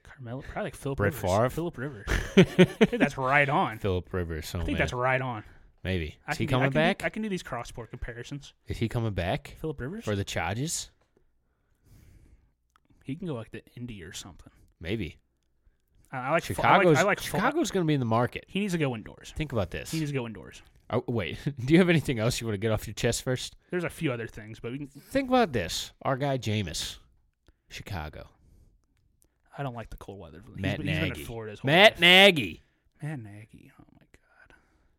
Carmelo? Probably like Philip
Brett
Rivers.
Favre?
Philip Rivers. I think that's right on.
Philip Rivers. So
I think
Oh, man.
that's right on.
Maybe
I
is he
can do- I
coming
can do-
back?
I can do these cross-sport comparisons.
Is he coming back
Philip Rivers,
for the charges?
he can go like to Indy or something.
Maybe
I, I like fa- I
Chicago's
like, I like fa-
Chicago's going to be in the market.
He needs to go indoors.
Think about this.
He needs to go indoors.
Oh, wait, do you have anything else you want to get off your chest first?
There's a few other things, but we can,
Think about this. Our guy Jameis, Chicago.
I don't like the cold weather. He's
Matt
been- he's
Nagy.
been in Florida his whole
Matt
life.
Nagy.
Matt Nagy. Oh my god.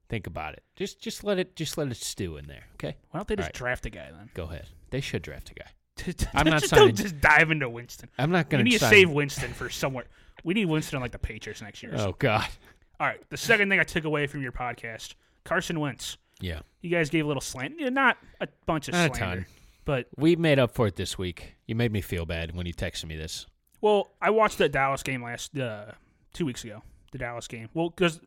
Think about it. Just just let it just let it stew in there. Okay.
Why don't they
All
just
right,
draft a guy then?
go ahead? They should draft a guy.
Just-
I'm not
just
signing-
Don't just dive into Winston.
I'm not
We
going
need
sign.
to save Winston for somewhere. We need Winston on like the Patriots next year. or
Oh
something.
God.
All right. The second thing I took away from your podcast, Carson Wentz.
Yeah.
You guys gave a little slant, yeah, not a bunch of
Not a
slander,
ton.
but
We made up for it this week. You made me feel bad when you texted me this.
Well, I watched the Dallas game last uh, two weeks ago. The Dallas game. Well, because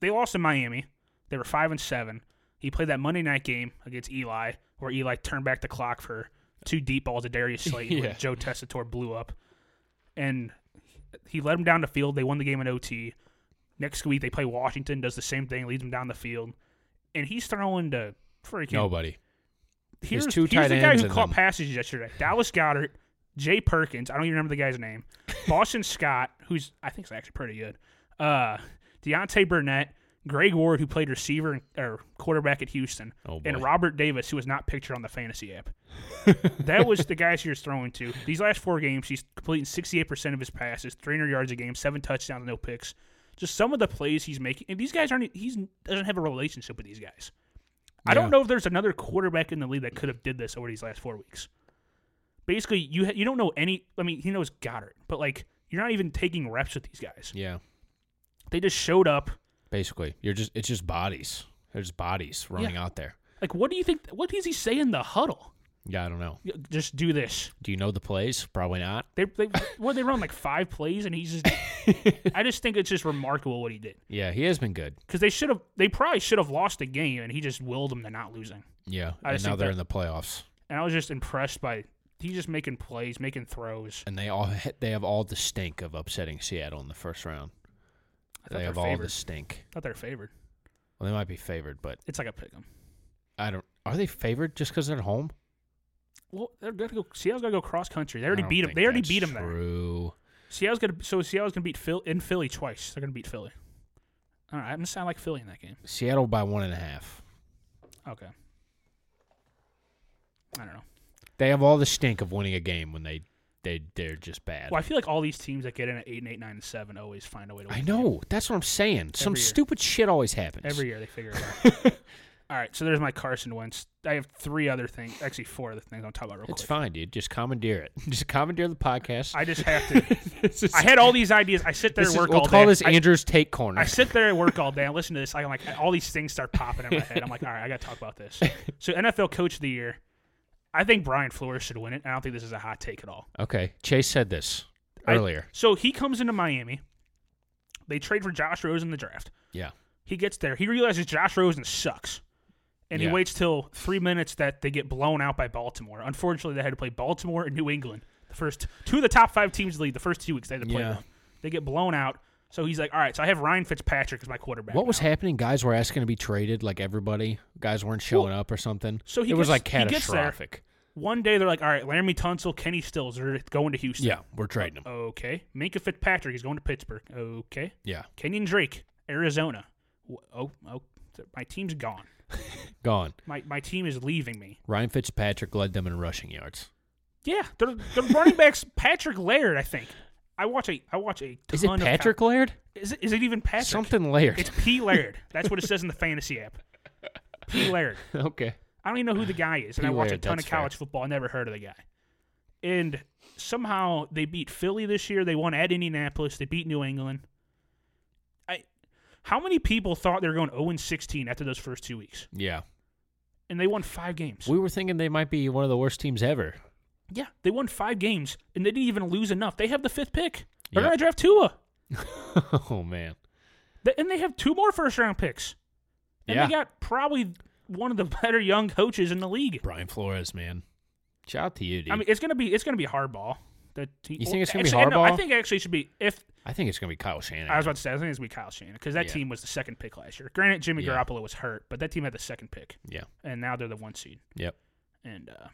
they lost in Miami, they were five and seven. He played that Monday night game against Eli, where Eli turned back the clock for two deep balls to Darius Slayton.
Yeah.
when Joe Tessitore blew up, and he led him down the field. They won the game in OT. Next week they play Washington, does the same thing, leads him down the field, and he's throwing to freaking
Nobody. There's
Here's,
two
here's
tight
the guy
ends
who
in
caught
them.
passes yesterday. Dallas Goddard, Jay Perkins. I don't even remember the guy's name. Boston Scott, who's I think is actually pretty good. Uh, Deontay Burnett, Greg Ward, who played receiver and, or quarterback at Houston,
Oh, boy.
and Robert Davis, who was not pictured on the fantasy app. that was the guys he was throwing to. These last four games, he's completing 68% of his passes, 300 yards a game, seven touchdowns, no picks. Just some of the plays he's making. And these guys aren't, e, he's doesn't have a relationship with these guys. I
Yeah.
don't know if there's another quarterback in the league that could have did this over these last four weeks. Basically, you ha- you don't know any. I mean, he knows Goddard, but like you're not even taking reps with these guys.
Yeah.
They just showed up.
Basically, you're just it's just bodies. There's bodies running
Yeah.
out there.
Like, what do you think? What does he say in the huddle?
Yeah, I don't know.
Y- Just do this.
Do you know the plays? Probably not.
They they what they run like five plays, and he's just. I just think it's just remarkable what he did
Yeah, he has been good.
because they should have. They probably should have lost the game, and he just willed them to not losing.
Yeah,
I
and
just
now
think
they're
that-
in the playoffs,
And I was just impressed by he's just making plays, making throws.
and they all ha- they have all the stink of upsetting Seattle in the first round.
I thought
They
they were
have all
favored.
the stink.
I thought they were favored.
Well, they might be favored, but
It's like a pick 'em.
I don't. Are they favored just because they're at home?
Well, they're gonna go. Seattle's gonna go cross country. They
I
already
don't
beat them.
think
They already
that's
beat them there.
True.
Seattle's gonna. So Seattle's gonna beat Phil in Philly twice. They're gonna beat Philly. All right, I'm gonna sound like Philly in that game.
Seattle by one and a half.
Okay. I don't know.
They have all the stink of winning a game when they they they're just bad.
Well, I feel like all these teams that get in at eight and eight, nine and seven always find a way to. win
I
the game.
know. That's what I'm saying. Some
Every year.
stupid shit always happens.
Every year they figure it out. All right, so there's my Carson Wentz. I have three other things, actually four other things I'm talking about real
It's
quick.
fine, dude. Just commandeer it. Just commandeer the podcast.
I just have to.
This is-
I had all these ideas. I sit there
this
and
is-
work
We'll
all
call
day.
this
I-
Andrew's Take Corner.
I sit there and work all day. I listen to this. I'm like, all these things start popping in my head. I'm like, all right, I got to talk about this. So NFL Coach of the Year, I think Brian Flores should win it. I don't think this is a hot take at all.
okay, Chase said this
I-
earlier.
so he comes into Miami. They trade for Josh Rose in the draft.
yeah,
He gets there. He realizes Josh Rosen sucks. And
Yeah.
he waits till three minutes that they get blown out by Baltimore. Unfortunately, they had to play Baltimore and New England. The first two of the top five teams in the league, the first two weeks they had to play
Yeah.
them. They get blown out. So he's like, all right, so I have Ryan Fitzpatrick as my quarterback.
what was
now.
happening? Guys were asking to be traded. Like everybody, guys weren't showing up or something.
so he
it was
gets-
like
he gets there.
catastrophic.
One day they're like, all right, Laramie Tunsil, Kenny Stills are going to Houston.
Yeah, we're trading him.
Okay. Minka Fitzpatrick is going to Pittsburgh. Okay.
Yeah,
Kenyon Drake, Arizona. Wh- Oh, oh, my team's gone.
gone.
My my team is leaving me.
Ryan Fitzpatrick led them in rushing yards.
Yeah, they're, they're running backs. Patrick Laird, I think. I watch a I watch a. Ton
Is it
of
Patrick
Cow-
Laird?
is it is it even Patrick?
Something Laird.
It's P Laird. That's what it says in the fantasy app. P Laird.
okay.
I don't even know who the guy is, and
P.
I watch a
Laird,
ton of
that's fair.
college football. I never heard of the guy. And somehow they beat Philly this year. They won at Indianapolis. They beat New England. I, how many people thought they were going 0 16 after those first two weeks?
Yeah.
And they won five games.
We were thinking they might be one of the worst teams ever.
yeah, they won five games, and they didn't even lose enough. They have the fifth pick. They're
Yep.
going to draft Tua.
oh man.
Th- And they have two more first round picks. And
yeah.
they got probably one of the better young coaches in the league.
Brian Flores, man. Shout out to you, dude.
I mean, it's gonna be it's gonna be hardball. That he-
You think it's gonna be
actually, no, I
Harbaugh?
think actually it should be if
I think it's gonna be Kyle Shanahan.
I was about to say I think it's gonna be Kyle Shanahan because that
Yeah.
team was the second pick last year. Granted, Jimmy
Yeah.
Garoppolo was hurt, but that team had the second pick,
yeah.
and now they're the one seed.
Yep.
And uh,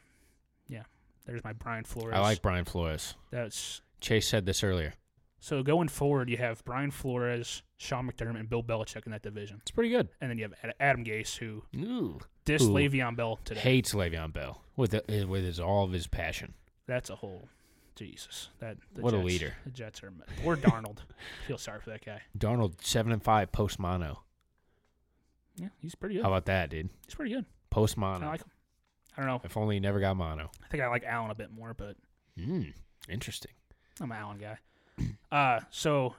yeah, there's my Brian Flores.
I like Brian Flores.
that's
Chase said this earlier.
so going forward. You have Brian Flores, Sean McDermott, and Bill Belichick in that division,
It's pretty good.
and then you have Ad- Adam Gase who
Ooh.
dissed
Who
Le'Veon Bell today.
Hates Le'Veon Bell with the, eh, with his all of his passion.
That's a whole Jesus. That the
What a
Jets-
leader.
The Jets are or Darnold. Feel sorry for that guy.
Darnold seven and five post mono.
Yeah, he's pretty good.
How about that, dude?
He's pretty good.
Post
I
mono.
like him. I don't know.
If only he never got mono.
I think I like Allen a bit more, but
Mm. Interesting.
I'm an Allen guy. Uh, so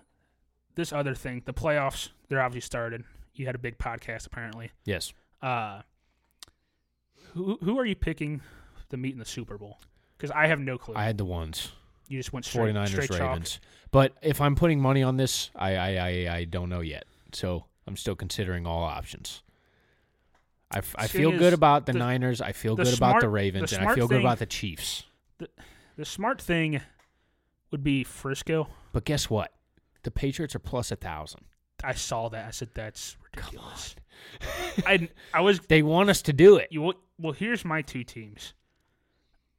this other thing, the playoffs, they're obviously started. You had a big podcast apparently.
Yes.
Uh, who who are you picking to meet in the Super Bowl? Because I have no clue.
I had the ones.
you just went straight,
49ers
straight chalk.
Ravens. But if I'm putting money on this, I, I I I don't know yet. So I'm still considering all options. I, f- I
Thing
feel
is,
good about the,
the-
Niners. I feel
the
good about
smart-
the
the
Ravens, and I
smart
feel good
thing-
about the Chiefs.
The smart thing would be Frisco.
But guess what? The Patriots are plus a thousand.
I saw that. I said that's ridiculous. I I was
They want us to do it.
You well, well here's my two teams.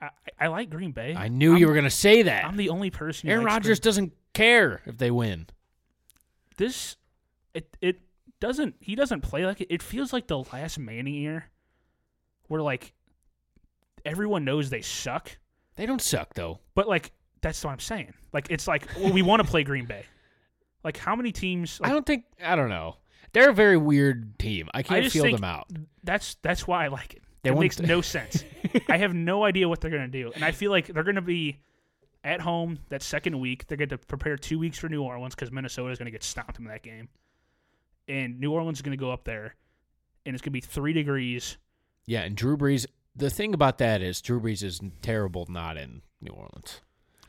I, I like Green Bay.
I knew you were going to say that.
I'm the only person. Who
Aaron
likes
Rodgers
Green-
doesn't care if they win.
This, it it doesn't. He doesn't play like it. It feels like the last Manning year, where like everyone knows they suck,
They don't suck though.
but like that's what I'm saying. Like it's like well, we want to play Green Bay. Like how many teams? Like,
I don't think. I don't know. They're a very weird team. I can't
just
feel
think
them out.
That's that's why I like it.
They
it
won't-
makes no sense. I have no idea what they're gonna do, and I feel like they're gonna be at home that second week. They're gonna prepare two weeks for New Orleans because Minnesota is gonna get stomped in that game, and New Orleans is gonna go up there, and it's gonna be three degrees.
Yeah, and Drew Brees. The thing about that is Drew Brees is terrible not in New Orleans,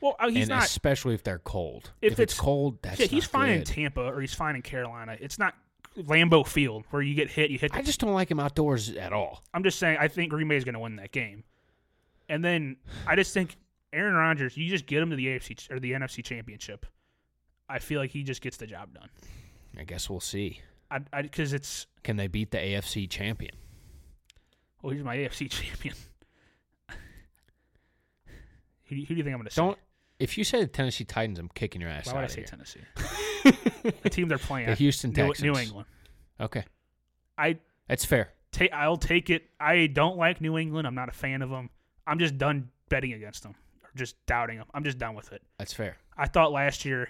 Well, uh, he's
and
not.
especially if they're cold.
If
it's,
it's-
cold, that's
yeah, he's
not
fine in
good.
Tampa or he's fine in Carolina. It's not Lambeau Field where you get hit. You hit. The,
I just don't like him outdoors at all.
I'm just saying. I think Green Bay is gonna win that game, and then I just think Aaron Rodgers. You just get him to the AFC ch- or the NFC Championship. I feel like he just gets the job done.
I guess we'll see.
I because it's
Can they beat the AFC champion?
oh he's my AFC champion. who, do you, who do you think I'm gonna say?
Don't. If you say the Tennessee Titans, I'm kicking your ass
Why
out
would I
of
say
here.
Tennessee? the team they're playing.
The Houston
New,
Texans.
New England.
Okay,
I
that's fair.
take. I'll take it. I don't like New England. I'm not a fan of them. I'm just done betting against them or just doubting them. I'm just done with it.
That's fair.
I thought last year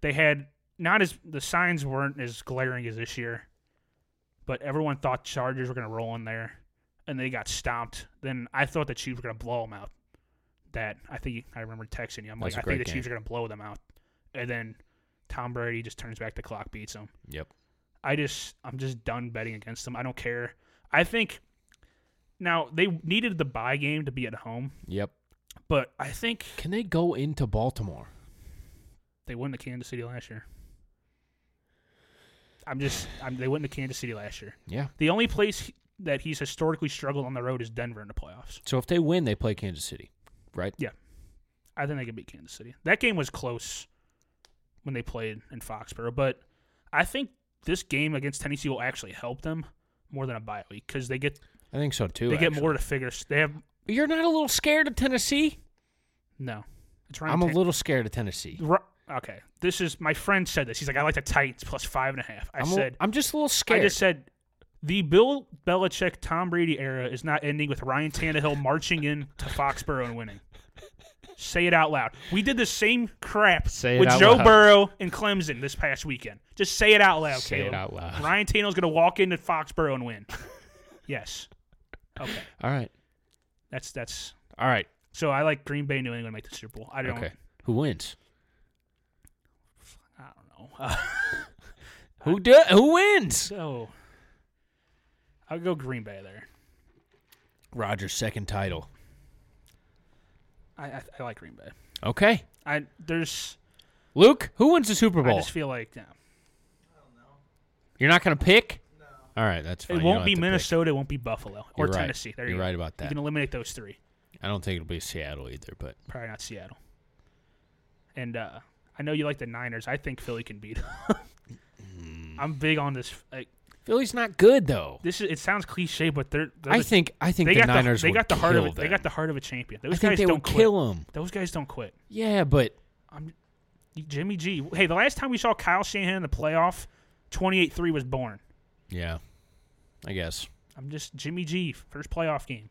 they had not as the signs weren't as glaring as this year, but everyone thought Chargers were going to roll in there, and they got stomped. Then I thought the Chiefs were going to blow them out. That I think I remember texting you. I'm
That's a
like, I think
great
the Chiefs are
game.
going to blow them out, and then Tom Brady just turns back the clock, beats them.
Yep.
I just I'm just done betting against them. I don't care. I think now they needed the bye game to be at home,
Yep.
but I think
Can they go into Baltimore?
they won the Kansas City last year. I'm just I'm, they went to Kansas City last year.
Yeah.
The only place he- that he's historically struggled on the road is Denver in the playoffs.
So if they win, they play Kansas City, right?
Yeah, I think they could beat Kansas City. That game was close when they played in Foxborough, but I think this game against Tennessee will actually help them more than a bye week because they get
I think so too.
they get
actually.
more to figure. s- They have
You're not a little scared of Tennessee?
no. It's around
I'm a
ten-
little scared of Tennessee.
Ru- Okay, this is my friend said this. He's like, I like the Titans plus five and a half. I
am
said,
I'm just a little scared.
I just said the Bill Belichick Tom Brady era is not ending with Ryan Tannehill marching in to Foxborough and winning. Say it out loud. We did the same crap
Say it
with
out
Joe
loud.
Burrow and Clemson this past weekend. Just say it out loud,
Say it
Caleb.
out loud.
Ryan Tannehill's going to walk into Foxborough and win. yes. Okay.
All right.
That's that's.
All right.
So I like Green Bay, New England make the Super Bowl. I don't.
Okay. Who wins?
I don't know. Uh,
Who do, Who wins?
so I'll go Green Bay there.
Rogers' second title.
I I, I like Green Bay.
Okay.
I there's
Luke, who wins the Super
I
Bowl?
just feel like yeah.
You're not going to pick? No. All right. That's fine.
It
You don't
won't
have
be
to pick.
Minnesota. It won't be Buffalo or
You're right.
Tennessee. There you
You're
go.
right about
You
that.
can eliminate those three.
I don't think it'll be Seattle either, but
Probably not Seattle. And uh, I know you like the Niners. I think Philly can beat.
Mm.
'em. I'm big on this. Like,
Philly's not good though.
this is. It sounds cliche, but they're. they're
I
the-
think I think
they
the
got
Niners
The, they
will
got the heart of.
kill
A, they
them.
got the heart of a champion. Those
I think
guys
they
don't
will
quit.
kill 'em.
Those guys don't quit.
Yeah, but
I'm Jimmy G. Hey, the last time we saw Kyle Shanahan in the playoff, 28-3 was born.
yeah, I guess
I'm just Jimmy G. First playoff game.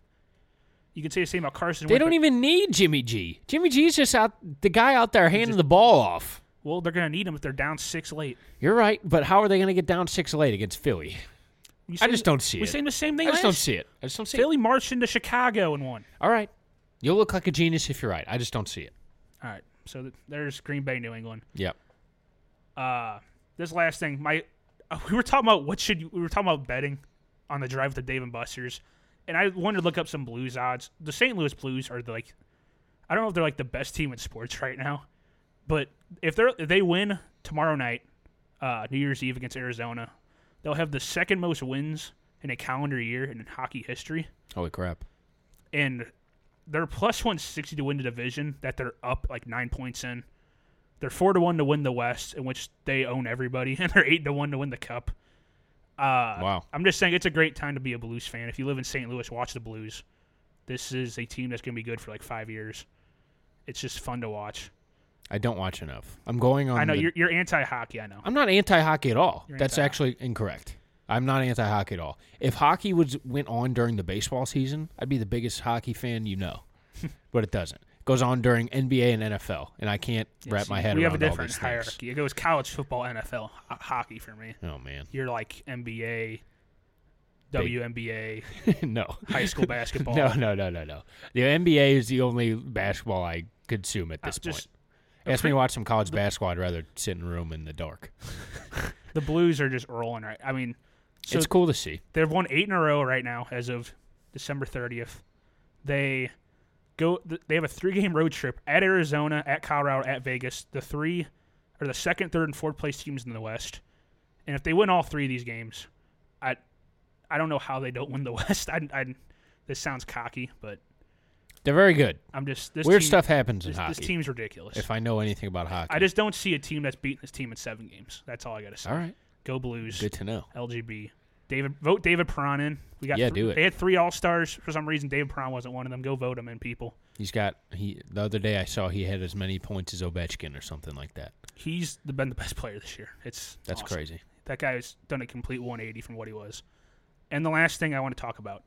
You can say the same about Carson.
they
Wentz,
don't
but-
even need Jimmy G. Jimmy G's just out the guy out there handing the ball off.
Well, they're gonna need him if they're down six late.
You're right, but how are they going to get down six late against Philly?
We
I
say-
just don't see
we
it.
saying the same
I
thing.
just
last-
don't see it. I just don't see
Philly marched into Chicago and won.
it. All right, you'll look like a genius if you're right. I just don't see it.
All right, so th- there's Green Bay, New England.
Yep.
Uh, this last thing, my uh, we were talking about what should you, we were talking about betting on the drive to Dave and Buster's, and I wanted to look up some Blues odds. The St. Louis Blues are like, I don't know if they're like the best team in sports right now, but if they're if they win tomorrow night, uh, New Year's Eve against Arizona, they'll have the second most wins in a calendar year in hockey history.
Holy crap!
and they're plus one sixty to win the division that they're up like nine points in. They're four to one to win the West, in which they own everybody, and they're eight to one to win the Cup. Uh,
Wow.
I'm just saying it's a great time to be a Blues fan. If you live in St. Louis, watch the Blues. This is a team that's going to be good for like five years. It's just fun to watch.
I don't watch enough. I'm going on.
I know
the-
you're, you're anti hockey. I know.
I'm not anti hockey at all.
You're
That's
anti-hockey.
actually incorrect. I'm not anti hockey at all. If hockey was went on during the baseball season, I'd be the biggest hockey fan you know. but it doesn't. It goes on during NBA and NFL, and I can't wrap my head
we
around
have a
all
different
these
hierarchy. It goes college football, NFL, ho- hockey for me.
things. Oh man,
You're like NBA, WNBA,
no.
high school basketball.
No, no, no, no, no. The NBA is the only basketball I consume at this
Uh, just-
point. Ask me to watch some college basketball. I'd rather sit in a room in the dark.
the Blues are just rolling right. I mean, so
it's cool to see.
they've won eight in a row right now as of December thirtieth. They go. th- They have a three-game road trip at Arizona, at Colorado, at Vegas. The three or the second, third, and fourth place teams in the West. And if they win all three of these games, I I don't know how they don't win the West. I, I this sounds cocky, but
They're very good.
I'm just this
Weird
team-
stuff happens in
This,
hockey.
this team's ridiculous.
if I know anything about hockey,
I just don't see a team that's beating this team in seven games. That's all I gotta say.
all right.
Go Blues.
Good to know.
LGB. David, vote David Perron in. We got
Yeah,
three-
do it.
They had three All Stars for some reason. David Perron wasn't one of them. Go vote him in, people.
He's got he the other day I saw he had as many points as Ovechkin or something like that.
He's the, been the best player this year. It's
That's
awesome.
crazy.
That guy's done a complete 180 from what he was. And the last thing I want to talk about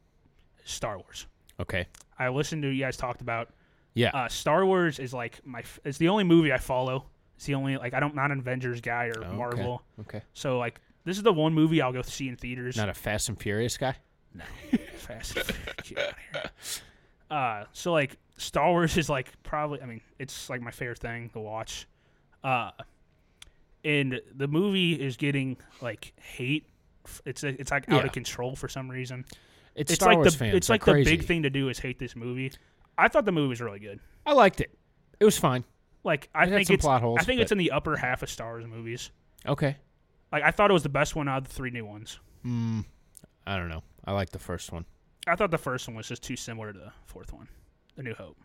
is Star Wars.
Okay.
I listened to you guys talked about
Yeah.
uh, Star Wars is like my. f- It's the only movie I follow. It's the only like I don't not an Avengers guy or
Oh, Okay.
Marvel.
Okay.
So like This is the one movie I'll go see in theaters.
Not a Fast and Furious guy.
No. Fast. and Furious. Get outta here. Uh, so like Star Wars is like probably I mean it's like my favorite thing to watch, uh, and the movie is getting like hate. F- It's it's like out
Yeah.
of control for some reason.
It's,
It's,
Star
like
Wars
the
fans.
it's
are
like
crazy.
the big thing to do is hate this movie. I thought the movie was really good.
I liked it. It was fine.
Like I
It had
think
some
it's
plot holes,
I think it's
but-
in the upper half of Star Wars movies.
Okay.
Like I thought it was the best one out of the three new ones.
Mm, I don't know. I like the first one.
I thought the first one was just too similar to the fourth one, The New Hope.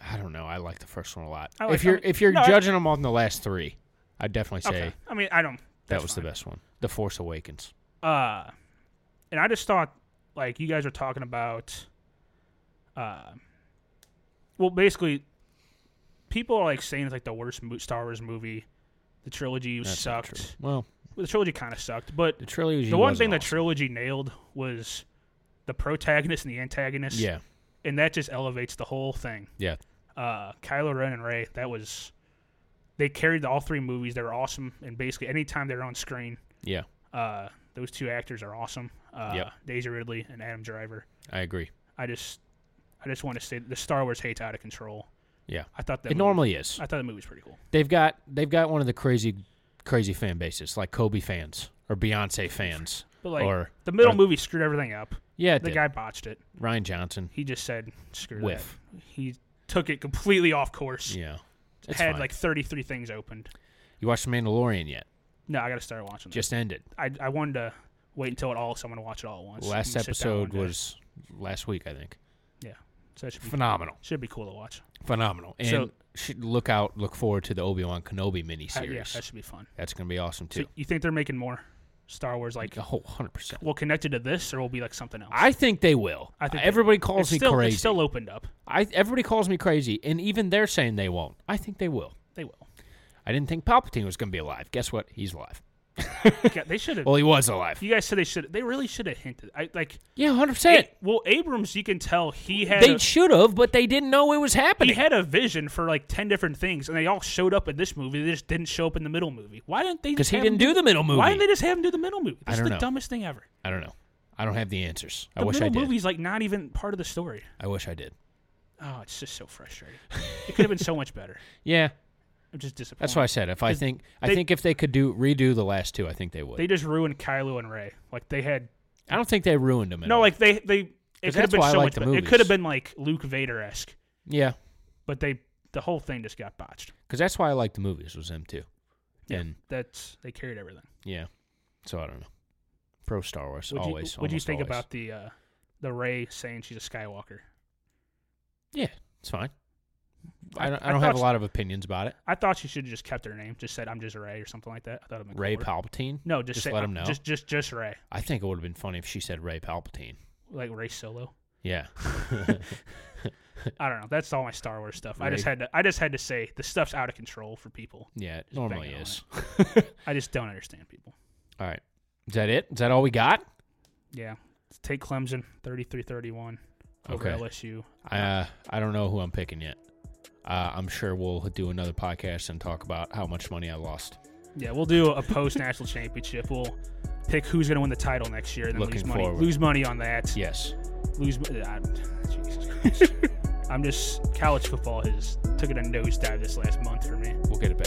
I don't know. I like the first one a lot.
I like-
if you're
I mean-
if you're
no, I-
judging them on the last three, I'd definitely say
Okay. I mean, I don't.
that
that's
was
fine.
the best one. The Force Awakens.
Uh, and I just thought, like, you guys are talking about, uh, well, basically, people are like saying it's like the worst mo- Star Wars movie. The trilogy
That's not true.
sucked.
Well,
Well, the trilogy kind of sucked, but
the trilogy.
the one
wasn't
thing the
awesome.
trilogy nailed was the protagonist and the antagonist.
Yeah.
and that just elevates the whole thing.
Yeah.
uh, Kylo Ren and Ray. That was they carried all three movies. They were awesome, and basically anytime they're on screen,
Yeah.
uh, those two actors are awesome. Uh,
Yep.
Daisy Ridley and Adam Driver.
I agree.
I just, I just want to say that the Star Wars hate's out of control.
Yeah.
I thought that
It
movie-
normally is.
I thought the movie was pretty cool.
They've got they've got one of the crazy crazy fan bases, like Kobe fans or Beyonce fans.
But like
or
the middle
or-
movie screwed everything up.
Yeah, it
The
did.
guy botched it.
Ryan Johnson.
He just said screw
Whiff.
that. He took it completely off course.
Yeah. It's
had
fine.
like 33 things opened.
You watched The Mandalorian yet?
No, I got to start watching. that.
Just ended.
I, I wanted to wait until it all. So I'm gonna watch it all at once. I'm
Last
gonna sit down one
episode
day.
was last week, I think.
yeah. So that should be
Phenomenal.
Should be cool to watch. Uh,
Phenomenal. And
So-
should look out, look forward to the Obi Wan Kenobi
Uh, yeah,
miniseries.
that should be fun.
That's going to be awesome
So
too.
you think they're making more Star Wars like
a whole hundred percent.
well connected to this, or will be like something else?
I think they will.
I think they-
everybody calls
it's
me
still,
crazy.
It's still opened up.
I everybody calls me crazy, and even they're saying they won't. I think they will.
They will.
I didn't think Palpatine was going to be alive. Guess what? He's alive.
Yeah, they should have.
Well, he was alive.
you guys said they should. They really should have hinted. I like.
Yeah, hundred percent.
A- well, Abrams, you can tell he had.
They
a,
should have, but they didn't know it was
he
happening.
had a vision for like ten different things, and they all showed up in this movie. They just didn't show up in the middle movie. Why didn't they?
'Cause
Because
he didn't do the middle
Why
movie.
didn't they just have him do the middle movie?
I
That's
don't
the
know.
dumbest thing ever.
I don't know. I don't have the answers. I
the
wish I
middle
did.
movie's like not even part of the story.
I wish I did.
Oh, it's just so frustrating. it could have been so much better.
Yeah,
I'm just disappointed.
that's why I said if I
'Cause
think I
they-
think if they could do redo the last two, I think they would.
They just ruined Kylo and Ray. Like they had
I don't think they ruined them. At
no,
all.
like they they. It
'Cause
could have
that's
been
why I
so
like
much.
the
better. It
movies.
could have been like Luke Vader esque,
yeah,
but they the whole thing just got botched.
because that's why I liked the movies was them too.
Yeah,
And
that's they carried everything.
yeah, so I don't know. Pro Star Wars
What'd you-
always.
What'd you
almost
think
always.
about the uh, the Ray saying she's a Skywalker?
Yeah, it's fine.
I-
I don't, I
I
don't have
thought-
a lot of opinions about it.
I thought she should have just kept her name, just said I'm just Ray or something like that. I thought it would
Ray Palpatine.
No, just, say,
let
"I'm
him know.
Just just just Ray,
I think it would have been funny if she said Ray Palpatine.
like Ray Solo.
Yeah.
I don't know. That's all my Star Wars stuff. I just
Ray-
had to. I just had to say the stuff's out of control for people.
yeah, it
Just
normally
banging on
is.
I just don't understand people.
all right. Is that it? Is that all we got?
Yeah. Take Clemson 33-31 over
Okay.
LSU.
Uh, I don't know who I'm picking yet. Uh, I'm sure we'll do another podcast and talk about how much money I lost.
Yeah, we'll do a post national championship. We'll pick who's going to win the title next year and then lose
Looking
money.
forward.
Lose money on that.
Yes.
Lose. mo- I, Jesus Christ. I'm just college football has took it a nosedive this last month for me.
We'll get it